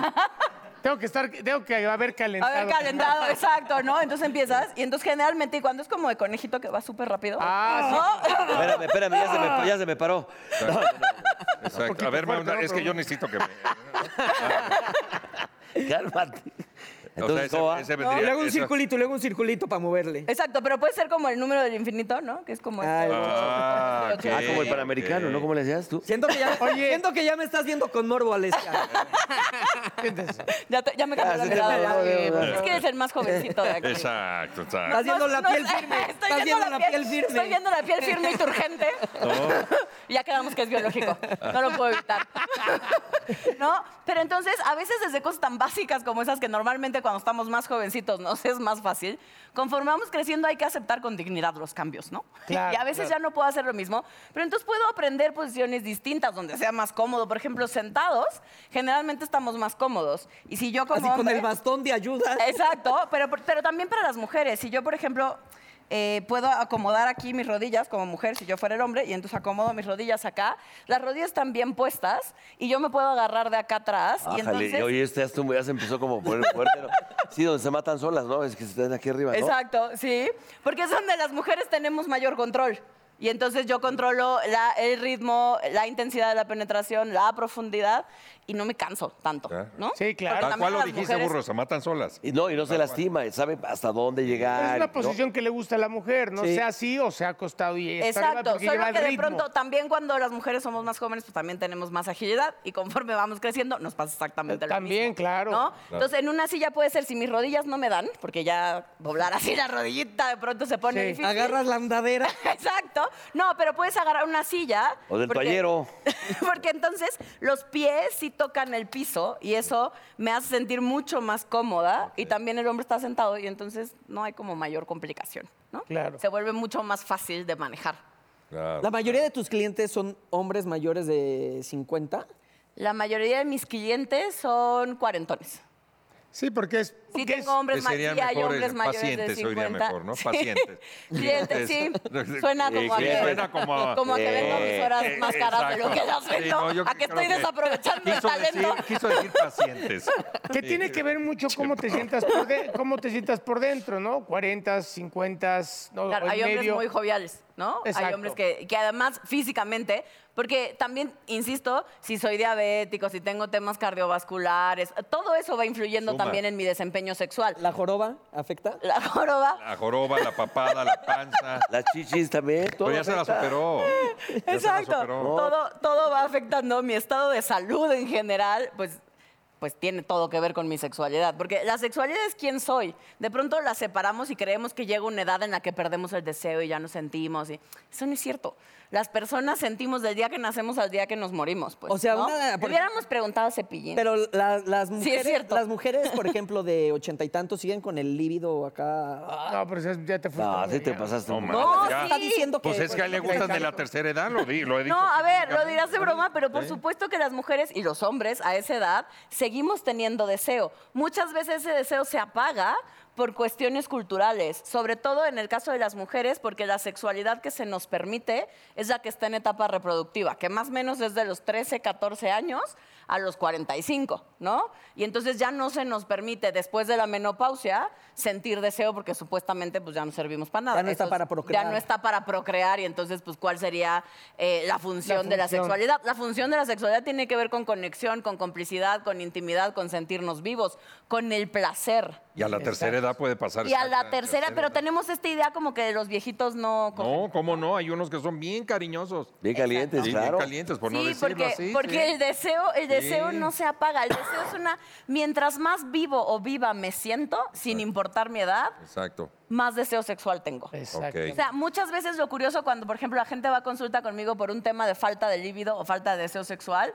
Speaker 2: tengo que estar, tengo que haber
Speaker 7: a
Speaker 2: calentado.
Speaker 7: ver, calentado, exacto, ¿no? Entonces empiezas, y entonces generalmente, y cuando es como de conejito que va súper rápido,
Speaker 2: Ah,
Speaker 7: ¿no?
Speaker 6: Espérame, espérame, ya se me, ya se me paró.
Speaker 3: Exacto. A
Speaker 2: fuerte,
Speaker 3: ver, Mauna,
Speaker 2: ¿no?
Speaker 3: es que
Speaker 2: Pero
Speaker 3: yo
Speaker 2: bueno.
Speaker 3: necesito que me...
Speaker 6: Cálmate.
Speaker 3: o sea,
Speaker 6: Entonces,
Speaker 3: ese-
Speaker 6: ¿cómo va?
Speaker 3: ese
Speaker 4: Y
Speaker 3: vendría-
Speaker 4: luego un
Speaker 3: ese-
Speaker 4: circulito, y luego un circulito para moverle.
Speaker 7: Exacto, pero puede ser como el número del infinito, ¿no? Que es como...
Speaker 4: Ay,
Speaker 7: este,
Speaker 3: Ah, ok,
Speaker 6: Ah, como el
Speaker 3: ok.
Speaker 6: panamericano, ¿no? ¿Cómo le decías tú?
Speaker 4: Siento que, ya,
Speaker 2: Oye.
Speaker 4: siento que ya me estás viendo con morbo, Alessia.
Speaker 2: Siéntense.
Speaker 7: Ya, te- ya me cambió la
Speaker 6: Ah, sí te
Speaker 7: mirada.
Speaker 6: pasó,
Speaker 7: ya.
Speaker 6: sí,
Speaker 7: Es que eres el más jovencito de aquí.
Speaker 3: Exacto, exacto.
Speaker 4: Estás viendo la
Speaker 7: No
Speaker 4: piel
Speaker 7: sé,
Speaker 4: firme.
Speaker 7: estoy
Speaker 4: Estás viendo la piel firme.
Speaker 7: Estoy viendo la piel firme y turgente. Y ya quedamos que es biológico. No lo puedo evitar. ¿No? Pero entonces, a veces desde cosas tan básicas como esas que normalmente cuando estamos más jovencitos nos es más fácil, conforme vamos creciendo hay que aceptar con dignidad los cambios, ¿no?
Speaker 2: Claro,
Speaker 7: y a veces ya no puedo hacer lo mismo, pero entonces puedo aprender posiciones distintas donde sea más cómodo. Por ejemplo, sentados, generalmente estamos más cómodos. Y si yo como
Speaker 4: Así con
Speaker 7: hombre-
Speaker 4: el bastón de ayuda.
Speaker 7: Exacto, pero, pero también para las mujeres. Si yo, por ejemplo, eh, puedo acomodar aquí mis rodillas como mujer si yo fuera el hombre y entonces acomodo mis rodillas acá. Las rodillas están bien puestas y yo me puedo agarrar de acá atrás y
Speaker 6: Ájale,
Speaker 7: entonces...
Speaker 6: oye, este Aston ya se empezó como a poner fuerte. ¿no? Sí, donde se matan solas, ¿no? Es que se están aquí arriba, ¿no?
Speaker 7: Exacto, sí. Porque es donde las mujeres tenemos mayor control. Y entonces yo controlo la- el ritmo, la intensidad de la penetración, la profundidad y no me canso tanto,
Speaker 3: Claro.
Speaker 7: ¿no?
Speaker 2: Sí, claro.
Speaker 7: Porque
Speaker 3: Ah. Tal
Speaker 7: también
Speaker 3: cual lo
Speaker 7: las
Speaker 3: dijiste,
Speaker 7: mujeres-
Speaker 3: burro, se matan solas.
Speaker 6: Y no, y no se lastima, y sabe hasta dónde llegar.
Speaker 2: Es una
Speaker 6: ¿no?
Speaker 2: posición que le gusta a la mujer, no
Speaker 4: Sí.
Speaker 2: sea así o sea acostado y está arriba
Speaker 7: Exacto,
Speaker 2: porque
Speaker 7: solo
Speaker 2: lleva el
Speaker 7: que de
Speaker 2: ritmo.
Speaker 7: pronto también cuando las mujeres somos más jóvenes, pues también tenemos más agilidad y conforme vamos creciendo nos pasa exactamente lo mismo.
Speaker 2: También, claro.
Speaker 7: ¿no? Entonces en una silla puede ser si mis rodillas no me dan, porque ya doblar así la rodillita de pronto se pone
Speaker 2: Sí.
Speaker 7: difícil.
Speaker 4: Agarras la andadera.
Speaker 7: Exacto. No, pero puedes agarrar una silla.
Speaker 6: O del toallero.
Speaker 7: Porque entonces los pies sí tocan el piso y eso me hace sentir mucho más cómoda. Y también el hombre está sentado y entonces no hay como mayor complicación, ¿no?
Speaker 2: Claro.
Speaker 7: Se vuelve mucho más fácil de manejar.
Speaker 3: Claro.
Speaker 4: La mayoría de tus clientes son hombres mayores de 50.
Speaker 7: La mayoría de mis clientes son cuarentones.
Speaker 2: Sí, porque es.
Speaker 7: Sí,
Speaker 2: porque es-
Speaker 7: tengo hombres
Speaker 3: Que serían
Speaker 7: mayores, hay
Speaker 3: mejores
Speaker 7: hombres mayores de
Speaker 3: pacientes, oiría
Speaker 7: 50.
Speaker 3: mejor, ¿no?
Speaker 7: Sí.
Speaker 3: Pacientes.
Speaker 7: Clientes, sí.
Speaker 3: Clientes.
Speaker 7: Suena
Speaker 3: Sí,
Speaker 7: como a
Speaker 6: sí,
Speaker 7: que,
Speaker 3: suena como a-
Speaker 7: como a que vendo mis horas
Speaker 3: Eh,
Speaker 7: más caras de lo que
Speaker 3: exacto.
Speaker 7: las
Speaker 3: Sí,
Speaker 7: vendo.
Speaker 3: no, yo
Speaker 7: a que
Speaker 3: creo
Speaker 7: estoy desaprovechando el
Speaker 3: quiso decir-
Speaker 7: talento.
Speaker 3: quiso decir pacientes.
Speaker 2: Que
Speaker 3: Sí,
Speaker 2: tiene
Speaker 3: sí.
Speaker 2: que ver mucho cómo te sientas por, de- cómo te sientas por dentro, ¿no? 40, 50, no,
Speaker 7: Claro,
Speaker 2: o en
Speaker 7: hay hombres
Speaker 2: medio.
Speaker 7: muy joviales, ¿no? Hay
Speaker 2: Exacto.
Speaker 7: hombres que, que además físicamente, porque también, insisto, si soy diabético, si tengo temas cardiovasculares, todo eso va influyendo
Speaker 3: Suma.
Speaker 7: también en mi desempeño sexual. La,
Speaker 4: ¿La joroba afecta?
Speaker 7: joroba,
Speaker 3: La joroba, la papada, la panza.
Speaker 6: Las chichis también. todo
Speaker 3: Pero ya se la
Speaker 6: afecta.
Speaker 3: superó. Ya se la
Speaker 7: exacto,
Speaker 3: superó.
Speaker 7: todo, todo va afectando mi estado de salud en general, pues pues tiene todo que ver con mi sexualidad, porque la sexualidad es quién soy. De pronto la separamos y creemos que llega una edad en la que perdemos el deseo y ya nos sentimos. y- Eso no es cierto. Las personas sentimos del día que nacemos al día que nos morimos. Pues,
Speaker 4: O sea,
Speaker 7: ¿no?
Speaker 4: una-
Speaker 7: Le hubiéramos preguntado a Cepillín.
Speaker 4: Pero la- las,
Speaker 7: Sí, es
Speaker 4: mujeres,
Speaker 7: cierto.
Speaker 4: las mujeres, por ejemplo, de ochenta y tantos, siguen con el líbido acá.
Speaker 2: No, pero esas ya te fuiste.
Speaker 6: No,
Speaker 2: muy
Speaker 6: así te
Speaker 2: allá.
Speaker 6: pasaste.
Speaker 3: No,
Speaker 6: un-
Speaker 3: man.
Speaker 7: no,
Speaker 3: ya.
Speaker 4: Está
Speaker 7: sí.
Speaker 4: diciendo que.
Speaker 3: Pues es que a él le gustan de la tercera edad, lo, di, lo he dicho.
Speaker 7: No, a ver, lo dirás de broma, pero por supuesto que las mujeres y los hombres a esa edad seguimos teniendo deseo. Muchas veces ese deseo se apaga por cuestiones culturales, sobre todo en el caso de las mujeres, porque la sexualidad que se nos permite es la que está en etapa reproductiva, que más o menos desde los 13, 14 años a los 45, ¿no? Y entonces ya no se nos permite, después de la menopausia, sentir deseo porque supuestamente pues ya no servimos para nada.
Speaker 4: Ya no está
Speaker 7: Eso es-
Speaker 4: para procrear.
Speaker 7: Ya no está está para procrear y entonces, pues, ¿cuál sería eh, la, función
Speaker 2: La
Speaker 7: de la
Speaker 2: función.
Speaker 7: sexualidad? La función de la sexualidad tiene que ver con conexión, con complicidad, con intimidad, con sentirnos vivos, con el placer.
Speaker 3: Y a la tercera edad puede pasar.
Speaker 7: Y a
Speaker 3: exacta,
Speaker 7: la tercera, pero
Speaker 3: edad.
Speaker 7: tenemos esta idea como que los viejitos no... cogen.
Speaker 3: No, ¿cómo no? Hay unos que son bien cariñosos.
Speaker 6: Bien calientes,
Speaker 3: Sí,
Speaker 6: claro.
Speaker 3: bien calientes, por no
Speaker 7: sí,
Speaker 3: decirlo
Speaker 7: porque,
Speaker 3: así.
Speaker 7: porque
Speaker 3: sí.
Speaker 7: el deseo, el deseo
Speaker 3: Sí.
Speaker 7: no se apaga. El deseo es una... Mientras más vivo o viva me siento, sin importar mi edad,
Speaker 3: Exacto.
Speaker 7: más deseo sexual tengo.
Speaker 3: Eh,
Speaker 2: Exacto.
Speaker 3: Ok.
Speaker 7: O sea, muchas veces lo curioso cuando, por ejemplo, la gente va a consulta conmigo por un tema de falta de líbido o falta de deseo sexual,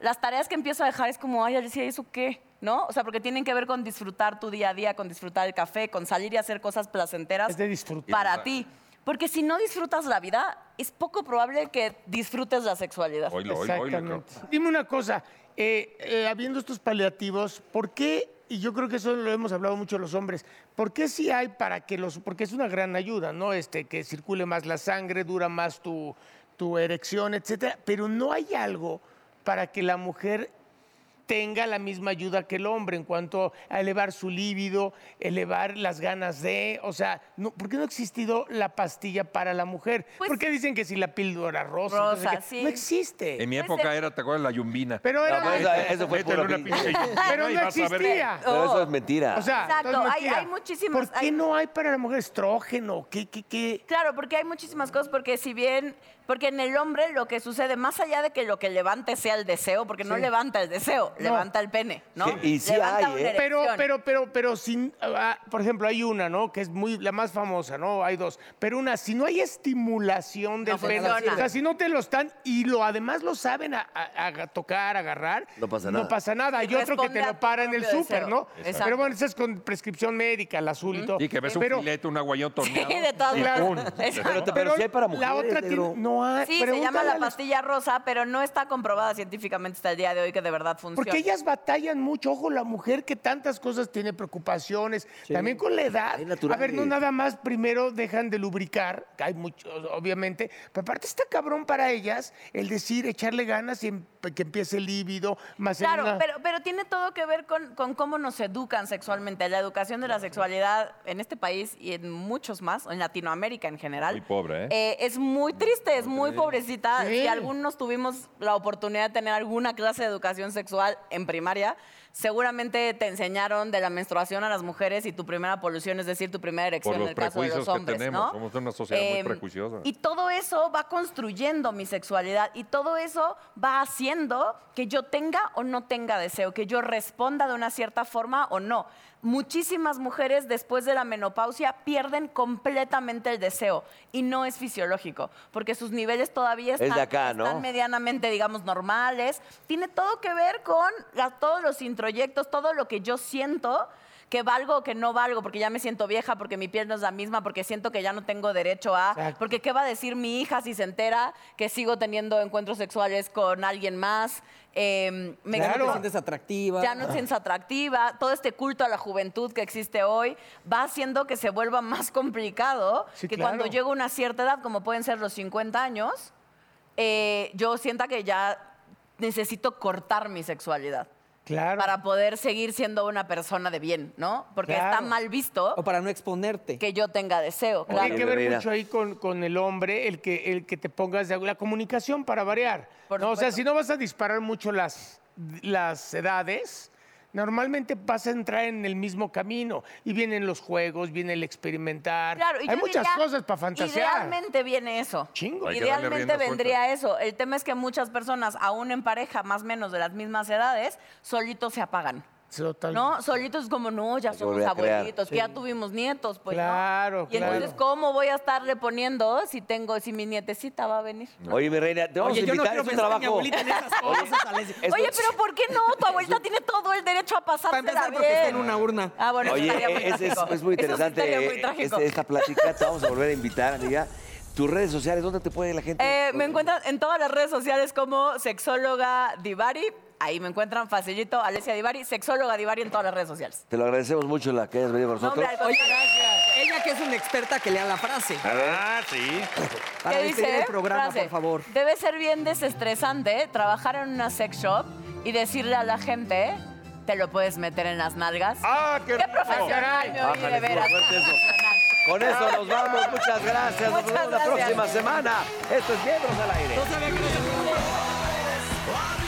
Speaker 7: las tareas que empiezo a dejar es como, ay, Alicia, ¿y ¿eso qué? ¿No? O sea, porque tienen que ver con disfrutar tu día a día, con disfrutar el café, con salir y hacer cosas placenteras
Speaker 2: Es de disfrutar.
Speaker 7: para ti. Porque si no disfrutas la vida, es poco probable que disfrutes la sexualidad.
Speaker 3: Oilo, oilo, oilo, creo.
Speaker 2: Exactamente. Dime una cosa, eh, eh, habiendo estos paliativos, ¿por qué, y yo creo que eso lo hemos hablado mucho los hombres, ¿por qué sí hay para que los, porque es una gran ayuda, ¿no? Este, que circule más la sangre, dura más tu, tu erección, etcétera, pero no hay algo para que la mujer tenga la misma ayuda que el hombre en cuanto a elevar su líbido, elevar las ganas de, o sea, no, ¿por qué no ha existido la pastilla para la mujer?
Speaker 7: Pues-
Speaker 2: ¿Por qué dicen que si la píldora rosa? entonces
Speaker 7: Rosa,
Speaker 2: que-
Speaker 7: sí.
Speaker 2: No existe.
Speaker 3: En mi
Speaker 7: Pues,
Speaker 3: época
Speaker 7: eh,
Speaker 3: era, ¿te acuerdas? La yumbina.
Speaker 2: Pero era.
Speaker 6: No, pero esa- eso fue
Speaker 3: Métele
Speaker 6: puro
Speaker 3: una
Speaker 6: pinche-
Speaker 3: pinche yumbina
Speaker 2: Pero
Speaker 3: y
Speaker 2: no
Speaker 3: vas a ver-
Speaker 2: existía.
Speaker 6: Pero eso es mentira.
Speaker 2: O sea,
Speaker 7: Exacto,
Speaker 2: entonces,
Speaker 7: hay-
Speaker 2: mentira.
Speaker 7: hay muchísimas-
Speaker 2: ¿Por qué
Speaker 7: hay-
Speaker 2: no hay para la mujer estrógeno? ¿Qué, qué, qué?
Speaker 7: Claro, porque hay muchísimas cosas, porque si bien, porque en el hombre lo que sucede, más allá de que lo que levante sea el deseo, porque no
Speaker 2: Sí.
Speaker 7: levanta el deseo, levanta el pene, ¿no?
Speaker 6: Sí, y sí
Speaker 7: Levanta
Speaker 6: hay,
Speaker 7: una
Speaker 6: ¿eh?
Speaker 2: Pero,
Speaker 7: erección.
Speaker 2: pero, pero, pero, sin, ah, por ejemplo, hay una, ¿no? Que es muy la más famosa, ¿no? Hay dos. Pero una, si no hay estimulación del
Speaker 7: No
Speaker 2: pene,
Speaker 7: funciona.
Speaker 2: o sea, si no te lo están y lo además lo saben a, a- a tocar, agarrar,
Speaker 6: No pasa nada.
Speaker 2: No pasa nada. Hay
Speaker 7: Que
Speaker 2: otro que
Speaker 7: responde
Speaker 2: te
Speaker 7: a
Speaker 2: lo
Speaker 7: tu
Speaker 2: para en el
Speaker 7: propio
Speaker 2: súper,
Speaker 7: deseo.
Speaker 2: ¿no?
Speaker 7: Exacto.
Speaker 2: Pero bueno, esa es con prescripción médica, el azul y todo.
Speaker 3: Y que ves
Speaker 2: Pero-
Speaker 3: un filete, un aguayón torneado.
Speaker 7: Sí, de todas
Speaker 3: y
Speaker 7: maneras.
Speaker 3: ¡pum!
Speaker 7: Exacto.
Speaker 6: Pero sí hay para
Speaker 2: La
Speaker 6: mujeres,
Speaker 2: otra
Speaker 6: negro.
Speaker 2: tiene. No hay.
Speaker 7: Sí, se llama
Speaker 2: pregúntale a
Speaker 7: la
Speaker 2: las
Speaker 7: pastilla rosa, pero no está comprobada científicamente hasta el día de hoy que de verdad funciona.
Speaker 2: Porque ellas batallan mucho, ojo, la mujer que tantas cosas tiene preocupaciones, también con la edad.
Speaker 1: Ay, natural.
Speaker 2: A ver, no nada más primero dejan de lubricar, que hay muchos, obviamente, pero aparte está cabrón para ellas el decir, echarle ganas y em- que empiece el líbido, más en
Speaker 7: Claro,
Speaker 2: una-
Speaker 7: pero, pero tiene todo que ver con, con cómo nos educan sexualmente. La educación de la sexualidad en este país y en muchos más, en Latinoamérica en general.
Speaker 3: Muy pobre, ¿eh?
Speaker 7: es muy triste, es muy pobrecita.
Speaker 2: Sí.
Speaker 7: Si algunos tuvimos la oportunidad de tener alguna clase de educación sexual en primaria, seguramente te enseñaron de la menstruación a las mujeres y tu primera polución, es decir, tu primera erección
Speaker 3: Por
Speaker 7: en
Speaker 3: los
Speaker 7: el caso de los
Speaker 3: prejuicios que
Speaker 7: hombres.
Speaker 3: tenemos,
Speaker 7: ¿no?
Speaker 3: somos una sociedad muy
Speaker 7: Em,
Speaker 3: prejuiciosa.
Speaker 7: Y todo eso va construyendo mi sexualidad y todo eso va haciendo que yo tenga o no tenga deseo, que yo responda de una cierta forma o no. Muchísimas mujeres después de la menopausia pierden completamente el deseo y no es fisiológico, porque sus niveles todavía
Speaker 6: de
Speaker 7: están,
Speaker 6: acá, ¿no?
Speaker 7: están medianamente, digamos, normales. Tiene todo que ver con la- todos los introyectos, todo lo que yo siento que valgo o que no valgo, porque ya me siento vieja, porque mi piel no es la misma, porque siento que ya no tengo derecho a,
Speaker 2: Exacto.
Speaker 7: porque qué va a decir mi hija si se entera que sigo teniendo encuentros sexuales con alguien más. Em, me
Speaker 4: Ya no te
Speaker 7: siento-
Speaker 4: sientes atractiva.
Speaker 7: ya no es atractiva, todo este culto a la juventud que existe hoy va haciendo que se vuelva más complicado
Speaker 2: Sí,
Speaker 7: que
Speaker 2: claro.
Speaker 7: cuando llego a una cierta edad, como pueden ser los 50 años, eh, yo sienta que ya necesito cortar mi sexualidad
Speaker 2: Claro.
Speaker 7: para poder seguir siendo una persona de bien, ¿no? Porque está
Speaker 2: Claro.
Speaker 7: mal visto
Speaker 4: O para no exponerte.
Speaker 7: que yo tenga deseo,
Speaker 6: Oye,
Speaker 7: claro.
Speaker 2: Tiene que ver
Speaker 6: Mira.
Speaker 2: mucho ahí con, con el hombre, el que, el que te pongas de La comunicación para variar.
Speaker 7: Por
Speaker 2: ¿no? O sea,
Speaker 7: supuesto.
Speaker 2: si no vas a disparar mucho las, las edades, normalmente vas a entrar en el mismo camino. Y vienen los juegos, viene el experimentar.
Speaker 7: Claro, y
Speaker 2: Hay
Speaker 7: yo
Speaker 2: muchas
Speaker 7: diría,
Speaker 2: cosas para fantasear.
Speaker 7: Idealmente viene eso.
Speaker 2: Chingo.
Speaker 3: Hay que darle
Speaker 7: Idealmente
Speaker 3: rienda
Speaker 7: vendría eso. El tema es que muchas personas, aún en pareja más o menos de las mismas edades, solitos se apagan.
Speaker 2: Total-
Speaker 7: ¿No? Solitos como, no, ya
Speaker 6: Hay que
Speaker 7: somos
Speaker 6: volver a crear.
Speaker 7: abuelitos, que ya tuvimos nietos, pues. ¿no?
Speaker 2: Claro,
Speaker 7: Y entonces,
Speaker 2: claro.
Speaker 7: ¿cómo voy a estarle poniendo si tengo, si mi nietecita va a venir?
Speaker 6: Oye, mi reina, te vamos
Speaker 4: Oye,
Speaker 6: a
Speaker 4: yo no
Speaker 6: invitar
Speaker 4: quiero
Speaker 6: es un
Speaker 4: pensar en mi
Speaker 6: trabajo.
Speaker 4: abuelita en esas cosas, Alexis.
Speaker 6: Es
Speaker 7: Oye,
Speaker 6: un-
Speaker 7: pero ¿por qué no? Tu abuelita tiene todo el derecho a pasar
Speaker 4: Para empezar, porque está en una urna.
Speaker 7: Ah, bueno, eso
Speaker 6: Oye,
Speaker 7: estaría muy
Speaker 6: es, es-
Speaker 7: trágico.
Speaker 6: es muy
Speaker 7: Eso sí
Speaker 6: interesante
Speaker 7: estaría muy
Speaker 6: eh,
Speaker 7: trágico.
Speaker 6: este- esta plática. Te vamos a volver a invitar, amiga. Tus redes sociales, ¿dónde te puede la gente?
Speaker 7: Eh, me encuentran en todas las redes sociales como sexóloga Divari. Ahí me encuentran facilito, Alessia Divari, sexóloga Divari en todas las redes sociales.
Speaker 6: Te lo agradecemos mucho la que hayas venido con
Speaker 7: No, hombre,
Speaker 6: nosotros.
Speaker 7: al
Speaker 4: Oye,
Speaker 7: contrario.
Speaker 4: Ella que es una experta que lea la frase.
Speaker 3: Ah, sí.
Speaker 4: Para
Speaker 7: ¿Qué
Speaker 4: despedir
Speaker 7: dice?
Speaker 4: el programa,
Speaker 7: Frase.
Speaker 4: por favor.
Speaker 7: Debe ser bien desestresante trabajar en una sex shop y decirle a la gente, te lo puedes meter en las nalgas.
Speaker 3: Ah, qué,
Speaker 7: ¡Qué
Speaker 3: rico.
Speaker 7: profesional me oí, de veras!
Speaker 6: fuerte eso. Con eso nos vamos. Muchas gracias. Nos
Speaker 7: Muchas
Speaker 6: vemos la
Speaker 7: gracias.
Speaker 6: próxima semana. Esto es Miembros al Aire.
Speaker 4: No sabía que no se-
Speaker 8: One